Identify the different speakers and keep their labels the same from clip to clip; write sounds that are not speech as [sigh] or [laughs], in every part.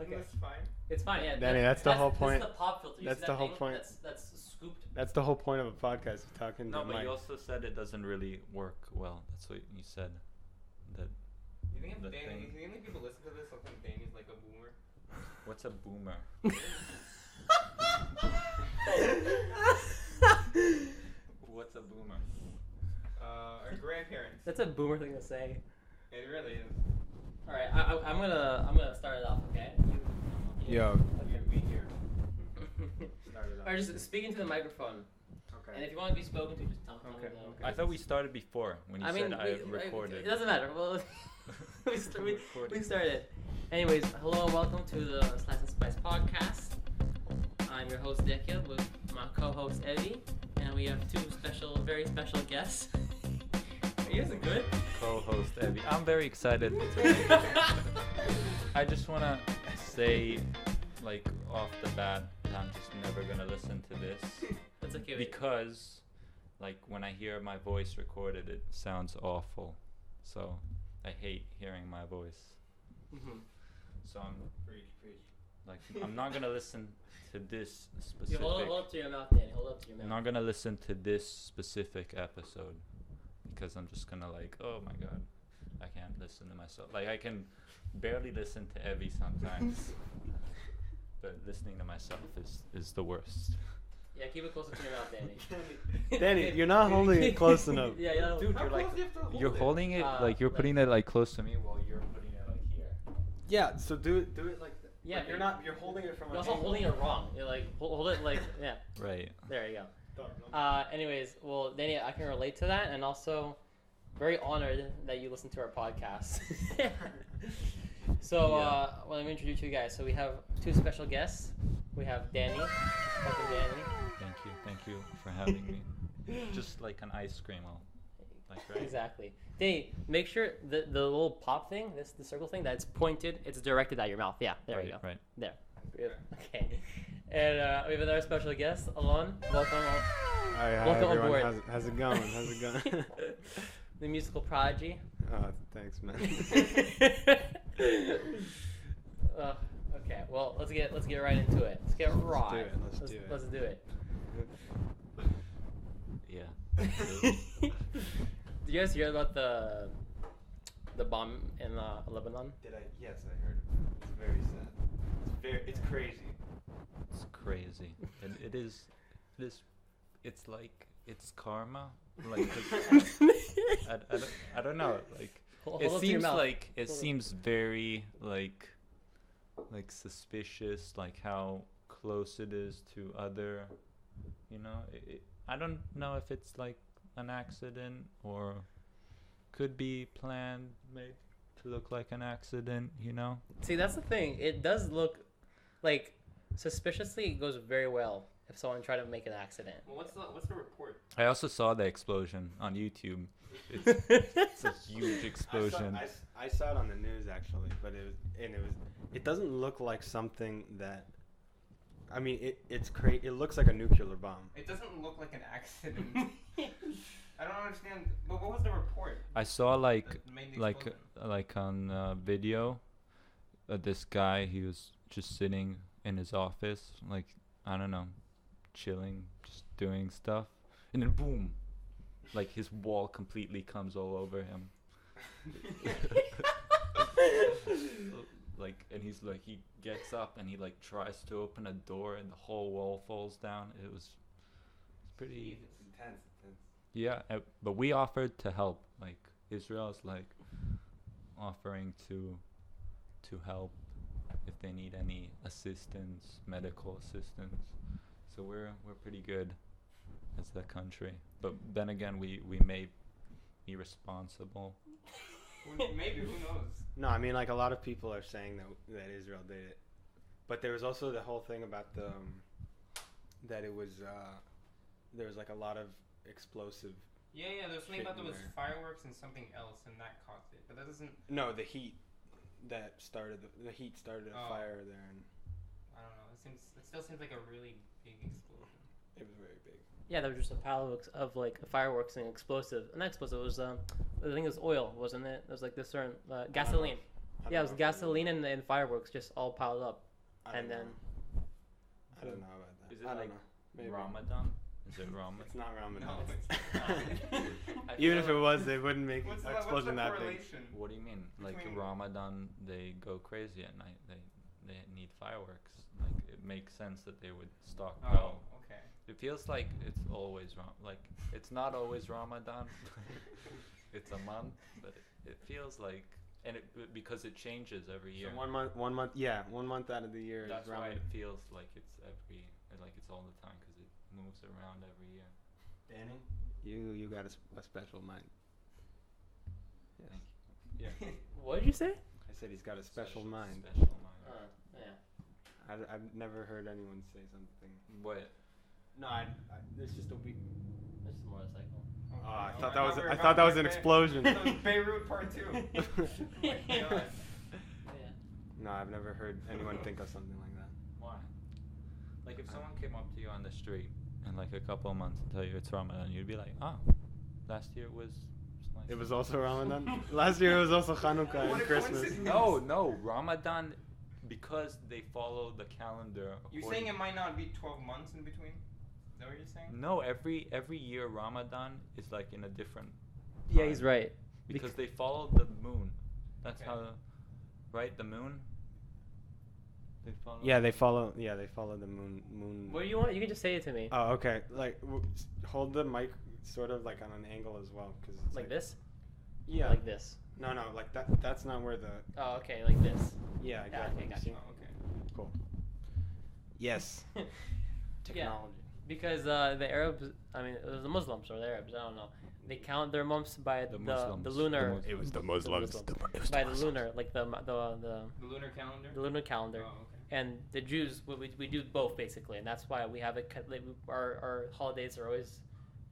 Speaker 1: it's fine.
Speaker 2: It's fine. Yeah.
Speaker 3: I mean, that's the whole point.
Speaker 2: That's the pop filter. You see
Speaker 3: That's
Speaker 2: that
Speaker 3: the whole
Speaker 2: thing?
Speaker 3: point.
Speaker 2: That's, that's scooped. [laughs]
Speaker 3: That's the whole point of a podcast. is Talking
Speaker 4: No,
Speaker 3: to
Speaker 4: but
Speaker 3: Mike.
Speaker 4: you also said it doesn't really work well. That's what you said. That
Speaker 1: You think if
Speaker 4: The
Speaker 1: Danny,
Speaker 4: thing.
Speaker 1: you think like people listen to this, they'll think Danny's like a boomer?
Speaker 4: what's a boomer? What's a boomer?
Speaker 1: Uh, or grandparents.
Speaker 2: That's a boomer thing to say.
Speaker 1: It really is.
Speaker 2: All right, I, I, I'm gonna I'm gonna start it off. Okay. [laughs]
Speaker 3: Yo,
Speaker 1: You, we hear.
Speaker 3: Start it off.
Speaker 2: Or just speaking to the microphone, and
Speaker 3: okay.
Speaker 2: if you want to be spoken to, just tell, tell me.
Speaker 3: Okay,
Speaker 2: though.
Speaker 3: okay.
Speaker 4: I thought we started before when you
Speaker 2: I mean,
Speaker 4: said
Speaker 2: we,
Speaker 4: I
Speaker 2: I-
Speaker 4: recorded.
Speaker 2: it doesn't matter. Well, [laughs] we, st- we,
Speaker 4: Recorded.
Speaker 2: we started. Anyways, hello and welcome to the Slice and Spice podcast. I'm your host Dekia with my co-host Evie, and we have two special, very special guests. [laughs] Are you guys
Speaker 4: [laughs]
Speaker 2: good?
Speaker 4: Co-host Evie. I'm very excited. to be-
Speaker 2: I
Speaker 4: I just wanna say, like off the bat, that I'm just never gonna listen to
Speaker 2: [laughs]
Speaker 4: this.
Speaker 2: That's okay. Wait.
Speaker 4: because like when i hear my voice recorded it sounds awful so i hate hearing my voice
Speaker 2: Mhm.
Speaker 4: so i'm
Speaker 1: Preach, preach.
Speaker 4: like i'm not gonna listen to this
Speaker 2: You
Speaker 4: specific
Speaker 2: hold, it- hold up to your mouth, Danny. Hold it up to your
Speaker 4: i'm
Speaker 2: mouth.
Speaker 4: not gonna listen to this specific episode because i'm just gonna like oh my god i can't listen to myself like i can barely listen to evie
Speaker 2: [laughs]
Speaker 4: sometimes but listening to myself is is the worst
Speaker 2: Yeah, keep it closer to your mouth,
Speaker 1: [laughs]
Speaker 2: Danny. [laughs]
Speaker 3: Danny, you're not holding it close enough.
Speaker 2: yeah, yeah.
Speaker 4: Dude,
Speaker 1: How
Speaker 4: you're
Speaker 1: close
Speaker 4: like-
Speaker 1: do you have to hold
Speaker 4: you're
Speaker 1: it?
Speaker 4: holding it
Speaker 2: Uh,
Speaker 4: like you're
Speaker 2: like-
Speaker 4: putting it like close to me while you're putting it like here
Speaker 3: Yeah. So do it. Do it like. That.
Speaker 2: Yeah,
Speaker 3: Like, you're
Speaker 2: dude.
Speaker 3: not. You're holding it from.
Speaker 2: You're
Speaker 3: an
Speaker 2: also
Speaker 3: angle.
Speaker 2: holding it wrong. You're like hold, hold it like yeah.
Speaker 4: right
Speaker 2: There you go.
Speaker 1: Don't- don't- [laughs]
Speaker 2: Uh, anyways, well, Danny, I can relate to that, and also very honored that you listen to our podcast. [laughs]
Speaker 1: [laughs]
Speaker 2: so, uh, well, let me introduce you guys. So we have two special guests. We have Danny, welcome Danny.
Speaker 4: Thank you, thank you for having
Speaker 2: [laughs]
Speaker 4: me. Just like an ice cream, I'll, like right.
Speaker 2: Exactly, Danny. Make sure the the little pop thing, this the circle thing, that's pointed. It's directed at your mouth. Yeah, there
Speaker 4: right,
Speaker 2: you go.
Speaker 4: Right.
Speaker 1: Okay.
Speaker 2: Okay. And uh, we have another special guest, Alon. Welcome. Al-
Speaker 3: Hi, hi
Speaker 2: Welcome
Speaker 3: everyone.
Speaker 2: aboard.
Speaker 3: How's, it- how's it going? How's it going?
Speaker 2: [laughs]
Speaker 3: [laughs]
Speaker 2: the musical prodigy.
Speaker 3: oh,
Speaker 2: [laughs]
Speaker 3: thanks, man.
Speaker 2: uh, okay, well let's get let's get right into it. Let's get raw.
Speaker 3: do it, let's do it.
Speaker 2: Let's do it.
Speaker 4: Yeah.
Speaker 2: [laughs] Did you guys hear about the the bomb in uh, Lebanon?
Speaker 1: Did I? Yes, I heard. It. It's very sad. It's very. It's crazy.
Speaker 4: It's crazy. And it is it is it's like it's karma.
Speaker 2: [laughs]
Speaker 4: Like [laughs] 'cause I, I, don't, I don't know. Like
Speaker 2: Hold- hold
Speaker 4: it
Speaker 2: up to your
Speaker 4: seems
Speaker 2: mouth.
Speaker 4: like it
Speaker 2: Hold up.
Speaker 4: seems very like like suspicious like how close it is to other you know it, it, i don't know if it's like an accident or could be planned made to look like an accident you know
Speaker 2: See, that's the thing. It does look like suspiciously it goes very well if someone tried to make an accident.
Speaker 1: Well, what's the what's the report?
Speaker 4: i also saw the explosion on youtube it's, it's a
Speaker 2: [laughs]
Speaker 4: huge explosion
Speaker 3: I saw, I, saw it on the news actually, but it was and it was it doesn't look like something that. I mean, it it's cra- It looks like a nuclear bomb.
Speaker 1: It doesn't look like an accident. I don't understand. But what was the report?
Speaker 4: I saw like
Speaker 1: that made the [laughs]
Speaker 4: like
Speaker 1: explosion?
Speaker 4: uh, like on uh, video uh, this guy he was just sitting in his office like i don't know chilling just doing stuff and then boom like his wall completely comes all over him like and he's like he gets up and he like tries to open a door and the whole wall falls down it was it's [laughs] pretty
Speaker 1: Jeez, it's intense. intense.
Speaker 4: yeah, uh, but we offered to help. Like Israel's like offering to to help if they need any assistance, medical assistance. So we're we're pretty good as a country. But then again, we we may be responsible.
Speaker 1: Who- [laughs] Maybe who knows?
Speaker 3: No, I mean like a lot of people are saying that that Israel did it, but there was also the whole thing about the um, that it was uh, there was like a lot of explosive.
Speaker 1: Yeah, yeah. There's something
Speaker 3: Shit
Speaker 1: about there was
Speaker 3: everywhere.
Speaker 1: fireworks and something else, and that caused it. But that doesn't.
Speaker 3: No, the heat that started the, the heat started a
Speaker 1: Oh.
Speaker 3: fire there, and
Speaker 1: I don't know. It seems. It still seems like a really big explosion.
Speaker 3: it was very big.
Speaker 2: Yeah, there was just a pile of, ex- of like fireworks and explosive. Not explosive. It was um, I think it was oil, wasn't it? It was like this certain uh, gasoline.
Speaker 3: I don't
Speaker 2: Yeah, it was
Speaker 3: know.
Speaker 2: gasoline and, and fireworks just all piled up.
Speaker 3: I
Speaker 2: and
Speaker 3: don't
Speaker 2: then
Speaker 3: know. I don't know about that.
Speaker 4: Is it
Speaker 3: I don't
Speaker 4: like
Speaker 3: know. Maybe.
Speaker 4: Ramadan? Is it Ramadan?
Speaker 3: It's not Ramadan.
Speaker 1: No,
Speaker 3: [laughs]
Speaker 1: it's not. [laughs]
Speaker 4: I
Speaker 3: Even
Speaker 4: feel
Speaker 3: if it
Speaker 4: like-
Speaker 3: was, it wouldn't make
Speaker 1: What's the,
Speaker 3: an
Speaker 1: what's the
Speaker 3: explosion that big.
Speaker 1: correlation?
Speaker 4: What do you mean? Like
Speaker 1: Between-
Speaker 4: Ramadan, they go crazy at night. They they need fireworks. Like it makes sense that they would
Speaker 1: Oh,
Speaker 4: stockpile.
Speaker 1: okay.
Speaker 4: It feels like it's always Ram. Like it's not always
Speaker 3: [laughs] um,
Speaker 4: Ramadan. it's a month, but it, it feels like, and it b- because it changes every year.
Speaker 3: So one month, one month, yeah, one month out of the year
Speaker 4: That's
Speaker 3: is
Speaker 4: why
Speaker 3: Ramadan.
Speaker 4: it feels like it's every, like it's all the time because it moves around every year.
Speaker 1: Danny?
Speaker 3: You you got a, sp- a special mind. Yes.
Speaker 4: Thank
Speaker 3: Yeah.
Speaker 1: [laughs] Oh,
Speaker 2: What did you say?
Speaker 3: I said he's got a special mind.
Speaker 4: Special mind.
Speaker 3: Uh,
Speaker 2: yeah.
Speaker 3: I, I've never heard anyone say something.
Speaker 4: What?
Speaker 3: No, I, I, it's just a week.
Speaker 2: This is motorcycle.
Speaker 1: Oh,
Speaker 3: Oh, I
Speaker 1: no,
Speaker 3: thought that was
Speaker 1: we were
Speaker 3: I
Speaker 1: about
Speaker 3: thought that
Speaker 1: to
Speaker 3: was an
Speaker 1: Bay- [laughs]
Speaker 3: explosion.
Speaker 1: that was Beirut Part [laughs]
Speaker 3: [laughs]
Speaker 1: 2. my God.
Speaker 2: Oh, Yeah.
Speaker 3: no, I've never heard anyone think of something like that.
Speaker 4: Why? Like if
Speaker 3: I-
Speaker 4: someone came up to you on the street in like a couple of months and tell you it's Ramadan, you'd be like, oh, last year was. like
Speaker 3: It was also Ramadan. [laughs] Last year it was also Hanukkah
Speaker 1: What
Speaker 3: and
Speaker 1: a
Speaker 3: Christmas.
Speaker 1: coincidence.
Speaker 4: No, no, Ramadan, because they follow the calendar.
Speaker 1: You're
Speaker 4: according-
Speaker 1: saying it might not be 12 months in between? Is that what you're saying?
Speaker 4: No, every every year Ramadan is like in a different.
Speaker 2: Yeah, he's
Speaker 4: time,
Speaker 2: right.
Speaker 4: Because they follow the moon. That's
Speaker 1: Okay.
Speaker 4: how, right? The moon. They follow.
Speaker 3: Yeah, they follow. Yeah, they follow the moon. Moon.
Speaker 2: What do you want? You can just say it to me.
Speaker 3: Oh, okay. Like, w- s- hold the mic sort of like on an angle as well, because
Speaker 2: like this?
Speaker 3: Yeah.
Speaker 2: Like this.
Speaker 3: no, no, like that. That's not where the.
Speaker 2: Oh, okay, like this. [laughs]
Speaker 3: Yeah, exactly.
Speaker 2: Ah, okay, gotcha.
Speaker 3: See?
Speaker 1: Oh, okay.
Speaker 3: Cool. Yes. Technology.
Speaker 2: Because uh, the Arabs, I mean, it was the Muslims or the Arabs, I don't know. They count their months by the the,
Speaker 4: The Muslims, the
Speaker 2: lunar.
Speaker 4: Muslims. It was
Speaker 2: the Muslims. by the lunar, like the mo- the the,
Speaker 1: The lunar calendar?
Speaker 2: the lunar calendar.
Speaker 1: Oh, okay.
Speaker 2: And the Jews, we, we, we do both basically, and that's why we have it. cut- Like, our our holidays are always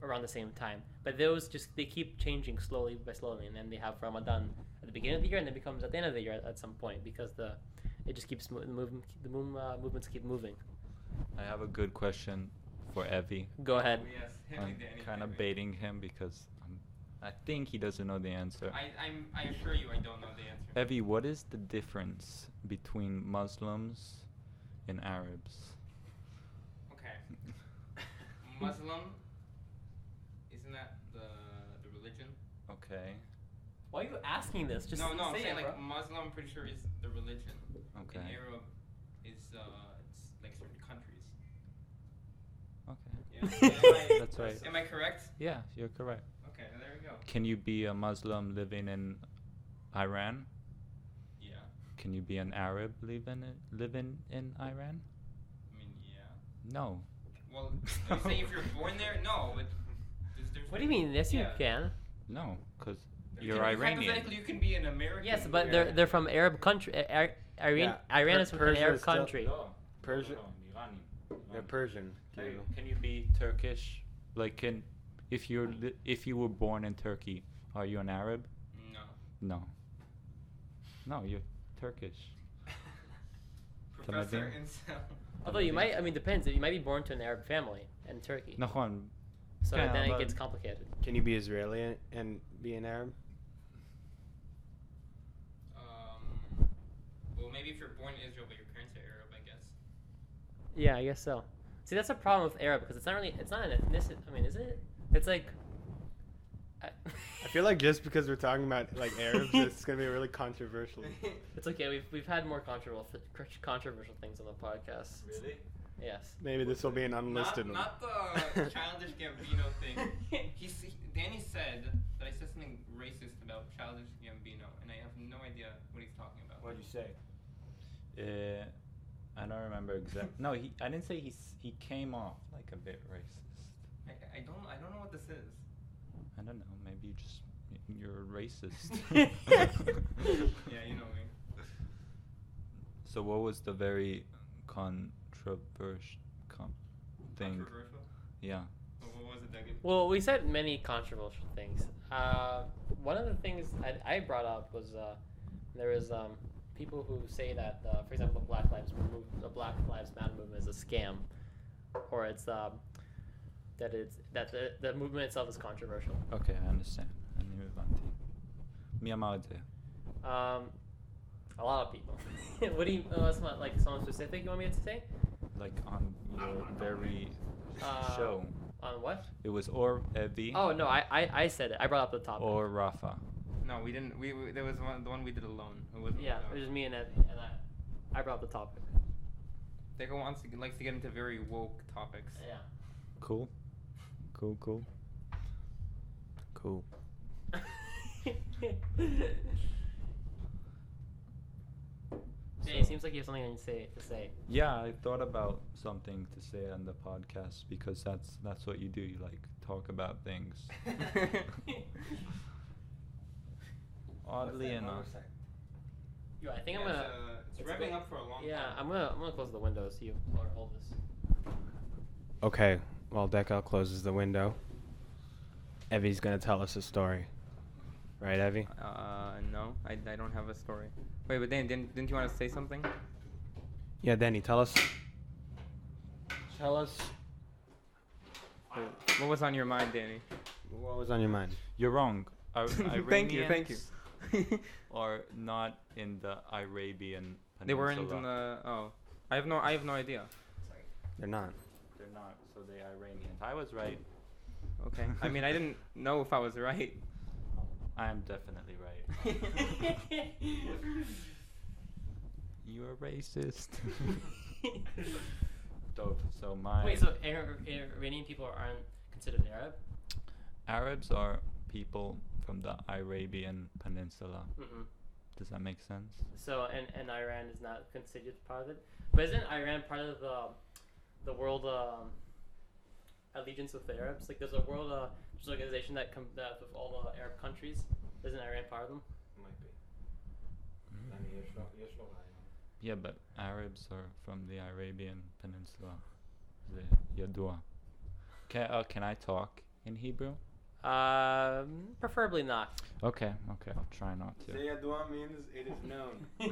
Speaker 2: around the same time, but those just they keep changing slowly by slowly, and then they have Ramadan at the beginning of the year, and then it becomes at the end of the year at, at some point because the it just keeps mo- the movement the moon, uh, movements keep moving.
Speaker 4: I have a good question for Evie.
Speaker 2: Go ahead.
Speaker 1: Oh, yes, hit me,
Speaker 4: I'm
Speaker 1: Danny,
Speaker 4: kind
Speaker 1: hit
Speaker 4: of
Speaker 1: me.
Speaker 4: baiting him because I'm, I think he doesn't know the answer.
Speaker 1: I, I'm, I assure you I don't know the answer.
Speaker 4: Evie, what is the difference between Muslims and Arabs? [laughs]
Speaker 1: Okay. Muslim, isn't that the, the religion?
Speaker 4: Okay.
Speaker 2: Why are you asking this? Just
Speaker 1: no, no, I'm
Speaker 2: say
Speaker 1: saying
Speaker 2: it,
Speaker 1: like
Speaker 2: bro.
Speaker 1: Muslim, I'm pretty sure is the religion.
Speaker 4: Okay.
Speaker 1: And Arab is uh, it's like certain countries.
Speaker 4: Okay. [laughs]
Speaker 1: Yeah. Am I-
Speaker 4: That's right.
Speaker 1: Am I correct?
Speaker 4: Yeah, you're correct.
Speaker 1: Okay, there we go.
Speaker 4: Can you be a Muslim living in Iran?
Speaker 1: Yeah.
Speaker 4: Can you be an Arab living in, living in Iran?
Speaker 1: I mean, yeah.
Speaker 4: No.
Speaker 1: Well, are you saying if you're born there? No, but there's different.
Speaker 2: What do you mean? Yes, you
Speaker 1: Yeah.
Speaker 2: can.
Speaker 4: No, because
Speaker 1: You
Speaker 4: you're
Speaker 1: can-
Speaker 4: Iranian.
Speaker 1: Hypothetically, you can be an American.
Speaker 2: Yes, but they're they're from Arab country. uh, Ar- Iran,
Speaker 3: Yeah,
Speaker 2: Iran
Speaker 3: Per-
Speaker 2: is from an
Speaker 3: Persia
Speaker 2: Arab
Speaker 3: is still-
Speaker 2: country.
Speaker 3: Persian. They're
Speaker 4: Iranian.
Speaker 3: Persian.
Speaker 4: Can you,
Speaker 3: Kirill.
Speaker 4: can you be Turkish? Like, can if you're li- if you were born in Turkey, are you an Arab?
Speaker 1: No.
Speaker 3: [laughs]
Speaker 4: No. No, you're Turkish.
Speaker 1: Professor
Speaker 4: Tamazin?
Speaker 1: Insel.
Speaker 2: Although you might, I mean, depends. You might be born to an Arab family in Turkey,
Speaker 4: Nakhon,
Speaker 2: so
Speaker 4: yeah,
Speaker 2: then it
Speaker 4: but-
Speaker 2: gets complicated.
Speaker 3: Can you be Israeli and- and be an Arab?
Speaker 1: Um, well, maybe if you're born in Israel, but your parents are Arab, I guess.
Speaker 2: Yeah, I guess so. See, that's a problem with Arab because it's not really, it's not an ethnicity. I mean, is it? It's like. I, [laughs]
Speaker 3: I
Speaker 1: [laughs]
Speaker 3: feel like just because we're talking about like Arabs, it's gonna be really controversial.
Speaker 2: it's okay. We've we've had more controversial controversial things on the podcast.
Speaker 4: Really?
Speaker 2: Yes.
Speaker 3: Maybe this will be an unlisted one.
Speaker 1: not, not
Speaker 3: [laughs]
Speaker 1: the childish Gambino thing. [laughs] He, s- Danny said that I said something racist about childish Gambino, and I have no idea what he's talking about.
Speaker 3: What'd you say?
Speaker 4: Uh, I don't remember exact. No, he. I didn't say he. s- He came off like a bit racist.
Speaker 1: I, I don't I don't know what this is.
Speaker 3: [laughs]
Speaker 4: I don't know. Maybe you just y- you're a racist. [laughs]
Speaker 1: Yeah, you know me.
Speaker 4: So what was the very controversial com- thing?
Speaker 1: Controversial.
Speaker 4: Yeah.
Speaker 1: What- What was it, Duncan?
Speaker 2: Well, we said many controversial things. Uh, one of the things I, I brought up was uh, there is um, people who say that, uh, for example, the Black Lives move, the Black Lives Matter movement is a scam, or it's um, that it's that the, the movement itself is controversial.
Speaker 4: Okay, I understand. And you move on to Miyamade.
Speaker 2: Um, A lot of people. [laughs] what do you? Oh, that's not like someone specific. You want me to say?
Speaker 4: like on your very
Speaker 2: Uh,
Speaker 4: show.
Speaker 2: On what?
Speaker 4: It was or Evie
Speaker 2: Oh no, I, I I said it. I brought up the topic.
Speaker 4: or Rafa.
Speaker 1: No, we didn't. We, we there was one the one we did alone. It wasn't
Speaker 2: yeah,
Speaker 1: without-
Speaker 2: it was just me and Evie, and I I brought up the topic.
Speaker 1: Deco wants to, likes to get into very woke topics.
Speaker 2: Yeah. [laughs]
Speaker 4: Cool. Cool, cool. Cool.
Speaker 2: Jay, it seems like you have something to say. To [laughs] say.
Speaker 4: Yeah, I thought about something to say on the podcast because that's that's what you do. You like talk about things.
Speaker 2: Eh.
Speaker 1: [laughs]
Speaker 4: Oddly enough.
Speaker 2: Yo, I think
Speaker 1: Yeah,
Speaker 2: I'm gonna.
Speaker 1: It's, uh, it's
Speaker 2: it's
Speaker 1: revving
Speaker 2: good.
Speaker 1: up for a long
Speaker 2: yeah,
Speaker 1: time.
Speaker 2: I'm gonna I'm gonna close the window so you or hold [laughs] this.
Speaker 3: Okay, while Decal closes the window, Evie's gonna tell us a story. Right, Evie?
Speaker 1: Uh, no, I, I don't have a story. Wait, but Dan, didn't, didn't you want to say something?
Speaker 3: Yeah, Danny, tell us. Tell us
Speaker 1: What was on your mind, Danny?
Speaker 3: what was on your mind.
Speaker 4: You're wrong.
Speaker 1: [laughs]
Speaker 4: Ar-
Speaker 1: Thank you, thank you.
Speaker 4: Iranians Are not in the Arabian
Speaker 1: [laughs]
Speaker 4: Peninsula.
Speaker 1: they weren't in the. Oh, I have no, I have no idea.
Speaker 3: They're not.
Speaker 4: They're not. So they Iranians. I was right.
Speaker 1: Okay. I mean, I [laughs] didn't know if I was right.
Speaker 4: I am definitely right.
Speaker 1: [laughs]
Speaker 4: You're
Speaker 1: [laughs]
Speaker 4: racist. Dope. So my
Speaker 2: Wait, so Ar- Ar- Iranian people aren't considered Arab?
Speaker 4: Arabs are people from the Arabian Peninsula.
Speaker 2: Mm-mm.
Speaker 4: Does that make sense?
Speaker 2: So and, and Iran is not considered part of it. But isn't Iran part of the the world um, allegiance with the Arabs? Like there's a world uh, there's an organization that comes out with all the Arab countries. Isn't Iran part of them?
Speaker 3: Might be. I mean, you're, you're
Speaker 4: Yeah, but Arabs are from the Arabian Peninsula. The Yadua. Can, uh, can I talk in Hebrew?
Speaker 2: Um, preferably not.
Speaker 4: Okay, okay, I'll try not to.
Speaker 3: means it is
Speaker 2: [laughs]
Speaker 3: known.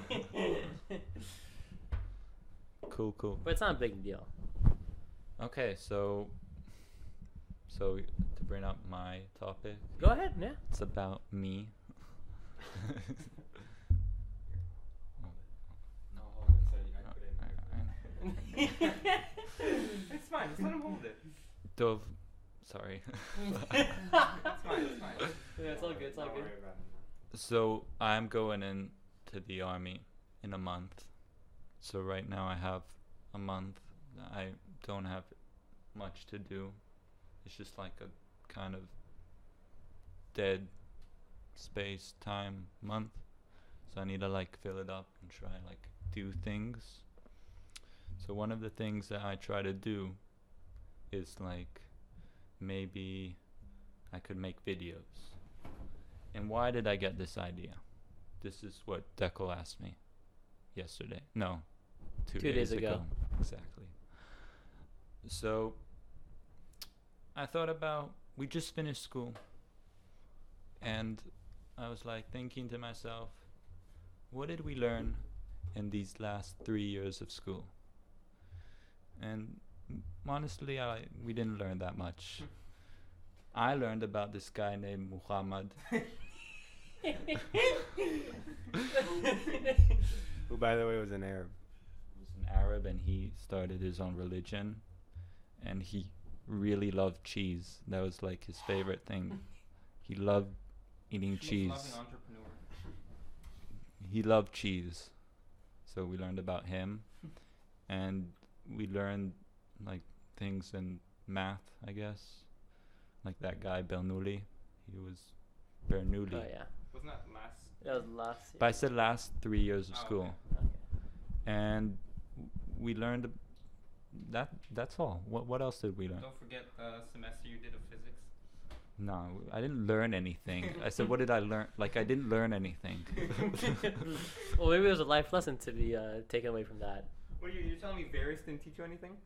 Speaker 2: but
Speaker 4: Cool, cool.
Speaker 2: it's not a big deal.
Speaker 4: Okay, so so to bring up my topic,
Speaker 2: Go ahead, yeah. [laughs]
Speaker 4: it's about me.
Speaker 3: No, hold it.
Speaker 4: I put in
Speaker 1: It's fine. Just let him hold it.
Speaker 4: Dove,
Speaker 1: [laughs]
Speaker 4: sorry.
Speaker 1: It's fine. It's fine.
Speaker 2: Yeah, it's all good. It's all good.
Speaker 4: So I'm going into the army in a month. So right now I have a month. that I don't have much to do. It's just like a kind of dead space time month. So I need to like fill it up and try like do things. So one of the things that I try to do is like maybe I could make videos. And why did I get this idea? This is what Deckel asked me yesterday. No, two,
Speaker 2: Two days ago.
Speaker 4: Exactly. So I thought about we just finished school and I was like thinking to myself, what did we learn in these last three years of school? And m- honestly, I we didn't learn that much. I learned about this guy named Muhammad,
Speaker 3: Who, by the way, was an Arab.
Speaker 4: who was an Arab, and he started his own religion, and he really loved cheese. That was like his favorite thing. He loved eating
Speaker 1: She
Speaker 4: cheese.
Speaker 1: must love an entrepreneur.
Speaker 4: he loved cheese. So we learned about him and we learned like things in math, I guess. Like that guy Bernoulli. He was Bernoulli.
Speaker 2: Oh yeah,
Speaker 1: Wasn't that last?
Speaker 2: that was last. Year.
Speaker 4: But I said last three years of
Speaker 1: Oh, okay.
Speaker 4: school. And w- we learned ab- that that's all. What what else did we learn?
Speaker 1: Don't forget the semester you did of physics.
Speaker 4: No, I didn't
Speaker 1: [laughs]
Speaker 4: learn anything. I said what did I learn? Like I didn't learn anything. [laughs]
Speaker 2: [laughs] well, maybe there's a life lesson to be uh, taken away from that.
Speaker 1: What are you? You're telling me Varys didn't teach you anything?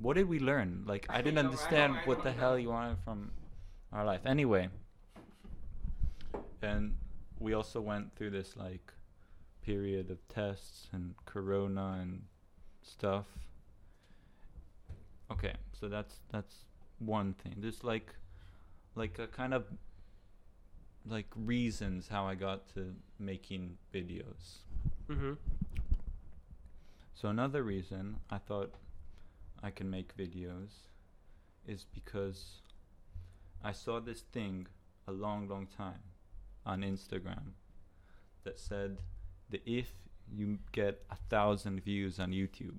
Speaker 4: what did we learn? Like
Speaker 1: I
Speaker 4: I
Speaker 1: don't
Speaker 4: didn't
Speaker 1: know, I
Speaker 4: understand
Speaker 1: don't- I
Speaker 4: what
Speaker 1: don't
Speaker 4: the
Speaker 1: know.
Speaker 4: hell you wanted from our life. Anyway, and we also went through this like period of tests and corona and stuff. Okay, so that's that's one thing. There's like like a kind of like reasons how I got to making videos.
Speaker 2: Mm-hmm.
Speaker 4: So another reason I thought I can make videos is because I saw this thing a long, long time on Instagram that said that if you get a thousand views on YouTube,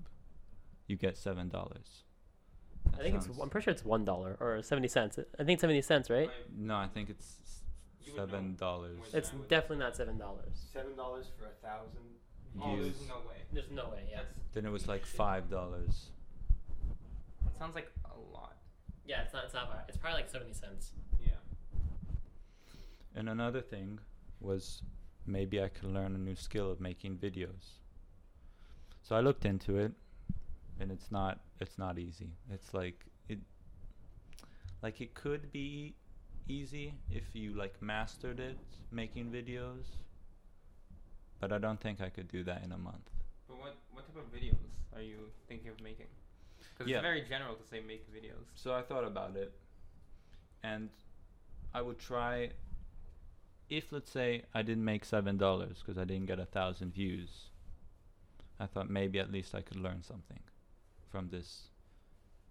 Speaker 4: you get seven dollars.
Speaker 2: I think it's. I'm pretty sure it's one dollar or seventy cents. I think seventy cents, right?
Speaker 1: Like,
Speaker 4: No, I think it's s-
Speaker 1: You would know
Speaker 4: seven dollars.
Speaker 1: when
Speaker 2: It's
Speaker 1: I would-
Speaker 2: definitely not seven dollars.
Speaker 3: Seven dollars for a thousand.
Speaker 1: Oh,
Speaker 4: Views.
Speaker 1: there's no way.
Speaker 2: There's no way. Yeah.
Speaker 1: That's-
Speaker 4: Then it was like five dollars.
Speaker 1: That sounds like a lot.
Speaker 2: Yeah, it's not. It's not. bad. It's probably like seventy cents.
Speaker 1: Yeah.
Speaker 4: And another thing was maybe I could learn a new skill of making videos. So I looked into it and it's not it's not easy. It's like it like it could be easy if you like mastered it making videos. But I don't think I could do that in a month.
Speaker 1: But what what type of videos are you thinking of making? Because
Speaker 4: Yeah.
Speaker 1: it's very general to say make videos.
Speaker 4: So I thought about it, and I would try. If let's say I didn't make seven dollars because I didn't get a thousand views, I thought maybe at least I could learn something from this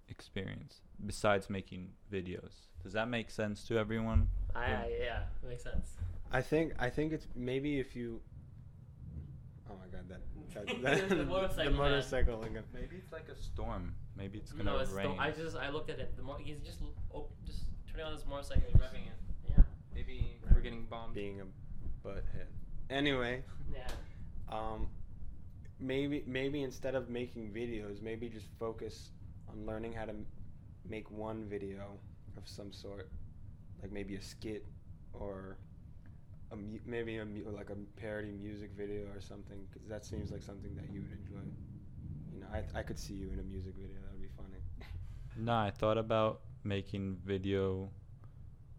Speaker 4: experience besides making videos. Does that make sense to everyone?
Speaker 2: I,
Speaker 4: Yeah.
Speaker 2: I yeah, it makes sense.
Speaker 3: I think I think it's maybe if you. Oh my god, that,
Speaker 1: [laughs]
Speaker 3: that, that
Speaker 2: The
Speaker 3: the
Speaker 2: motorcycle
Speaker 3: motorcycle,
Speaker 2: man.
Speaker 3: again.
Speaker 4: Maybe it's like a storm. Maybe it's gonna
Speaker 2: No, it's
Speaker 4: rain.
Speaker 2: the, I just I looked at it. The more he's just l- op- just turning on his motorcycle, and revving it. Yeah.
Speaker 1: Maybe
Speaker 3: Right.
Speaker 1: we're getting bombed.
Speaker 3: Being a butthead. Anyway,
Speaker 2: [laughs] Yeah.
Speaker 3: um, maybe maybe instead of making videos, maybe just focus on learning how to m- make one video of some sort, like maybe a skit or a mu- maybe a mu- like a parody music video or something, because that seems like something that you would enjoy. You know, I I could see you in a music video. That would be funny.
Speaker 4: No, I thought about making video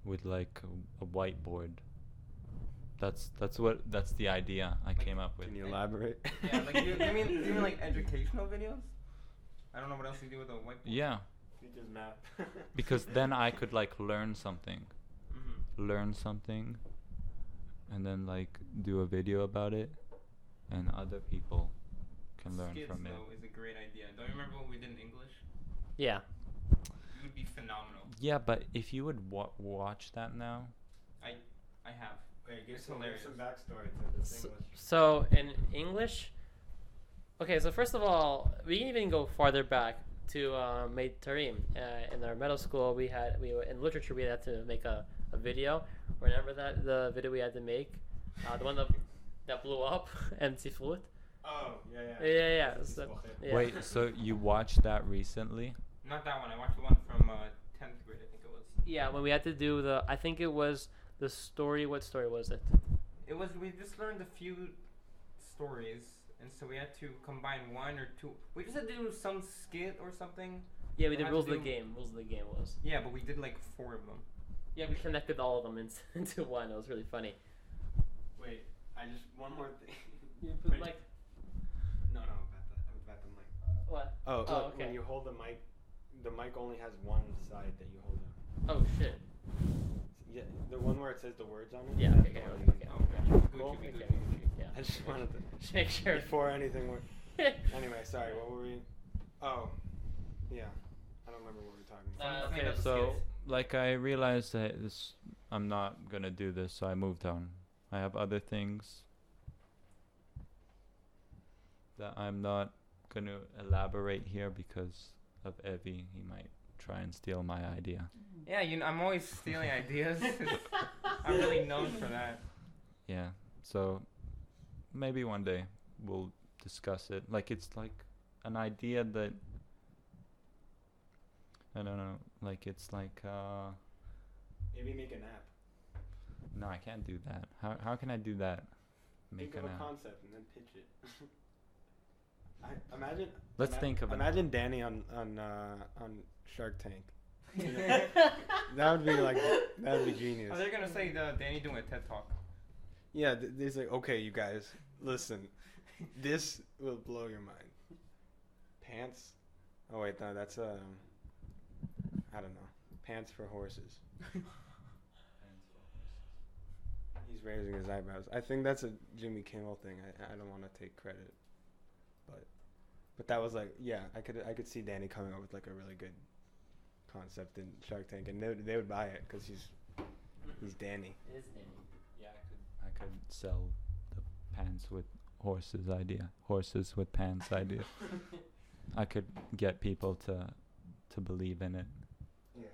Speaker 4: with like a, a whiteboard. That's that's what that's the idea I
Speaker 1: Like,
Speaker 4: came up with.
Speaker 3: Can you elaborate?
Speaker 1: [laughs] yeah, like you, you mean do you mean [laughs] like educational videos? I don't know what else you do with a whiteboard.
Speaker 4: Yeah,
Speaker 3: Teacher's
Speaker 1: [laughs]
Speaker 3: map.
Speaker 4: because then I could like learn something,
Speaker 1: hmm
Speaker 4: learn something, and then like do a video about it, and other people can learn
Speaker 1: Skits
Speaker 4: from it.
Speaker 1: though is a great idea. Don't you remember what we did in English?
Speaker 2: Yeah.
Speaker 1: You would be phenomenal.
Speaker 4: Yeah, but if you would wa- watch that now,
Speaker 1: I I have.
Speaker 3: Wait,
Speaker 1: give It's some- give some
Speaker 3: backstory to
Speaker 2: S- So in English, okay. So first of all, we can even go farther back to uh, Maid Tarim. Uh, in our middle school, we had we were, in literature we had to make a, a video. Remember that the video we had to make, uh, the one that that blew up, [laughs] MC Flute.
Speaker 3: Oh, yeah,
Speaker 2: Yeah, yeah. yeah. So, yeah.
Speaker 4: wait, so you watched that recently?
Speaker 1: Not that one. I watched the one from uh, 10th grade. I think it was.
Speaker 2: Yeah, when we had to do the, I think it was the story. What story was it?
Speaker 1: It was we just learned a few stories, and so we had to combine one or two. We just had to do some skit or something.
Speaker 2: Yeah, we
Speaker 1: We
Speaker 2: did
Speaker 1: had to
Speaker 2: rules of the
Speaker 1: do-
Speaker 2: game. Rules of the game was.
Speaker 1: Yeah, but we did like four of them.
Speaker 2: Yeah, we connected all of them in, [laughs] into one. It was really funny.
Speaker 3: Wait, I just one more thing.
Speaker 2: But like
Speaker 3: no, no, about the about the mic.
Speaker 2: what?
Speaker 3: Oh,
Speaker 2: Oh,
Speaker 3: look,
Speaker 2: okay.
Speaker 3: when you hold the mic, the mic only has one side that you hold on.
Speaker 2: Oh shit.
Speaker 3: Yeah, the one where it says the words on it.
Speaker 2: Yeah,
Speaker 3: that's
Speaker 2: okay,
Speaker 3: the
Speaker 2: okay,
Speaker 3: one.
Speaker 2: okay, okay.
Speaker 1: Oh,
Speaker 3: Cool.
Speaker 1: Gucci,
Speaker 2: Okay.
Speaker 1: Gucci.
Speaker 2: Yeah.
Speaker 3: I
Speaker 2: [laughs]
Speaker 3: just wanted to.
Speaker 2: Make sure.
Speaker 3: Before anything
Speaker 2: [laughs]
Speaker 3: were.
Speaker 2: uh,
Speaker 3: Anyway, sorry. What were we? Oh, yeah. I don't remember what we were talking about.
Speaker 1: Someone made
Speaker 2: okay.
Speaker 1: up a
Speaker 4: So,
Speaker 1: skit.
Speaker 4: like, I realized that this, I'm not gonna do this, so I moved on. I have other things that I'm not gonna elaborate here because of Evie. He might try and steal my idea.
Speaker 1: Yeah, you know, I'm always [laughs] stealing ideas. I'm really known for that.
Speaker 4: Yeah. So, maybe one day we'll discuss it. Like, it's like an idea that I don't know. Like, it's like uh,
Speaker 3: Maybe make an app.
Speaker 4: no, I can't do that. How how can I do that?
Speaker 3: Think of
Speaker 4: an
Speaker 3: a
Speaker 4: app.
Speaker 3: concept and then pitch it. [laughs] I imagine.
Speaker 4: Let's
Speaker 3: ima-
Speaker 4: think of an
Speaker 3: Imagine Danny on on uh, on Shark Tank. [laughs] That would be like that would be
Speaker 1: Oh,
Speaker 3: genius.
Speaker 1: they're gonna say the Danny doing a TED talk.
Speaker 3: Yeah, th- it's like okay, you guys, listen, [laughs] this will blow your mind. Pants. Oh wait, no, that's um, I don't know. Pants for horses. He's raising his eyebrows. I think that's a Jimmy Kimmel thing. I, I don't want to take credit, but but that was like yeah. I could I could see Danny coming up with like a really good concept in Shark Tank, and they would, they would buy it because he's he's Danny.
Speaker 2: It is Danny.
Speaker 1: Yeah, I could.
Speaker 4: I could sell the pants with horses idea. Horses
Speaker 2: [laughs]
Speaker 4: with pants idea. I could get people to to believe in it.
Speaker 3: Yeah.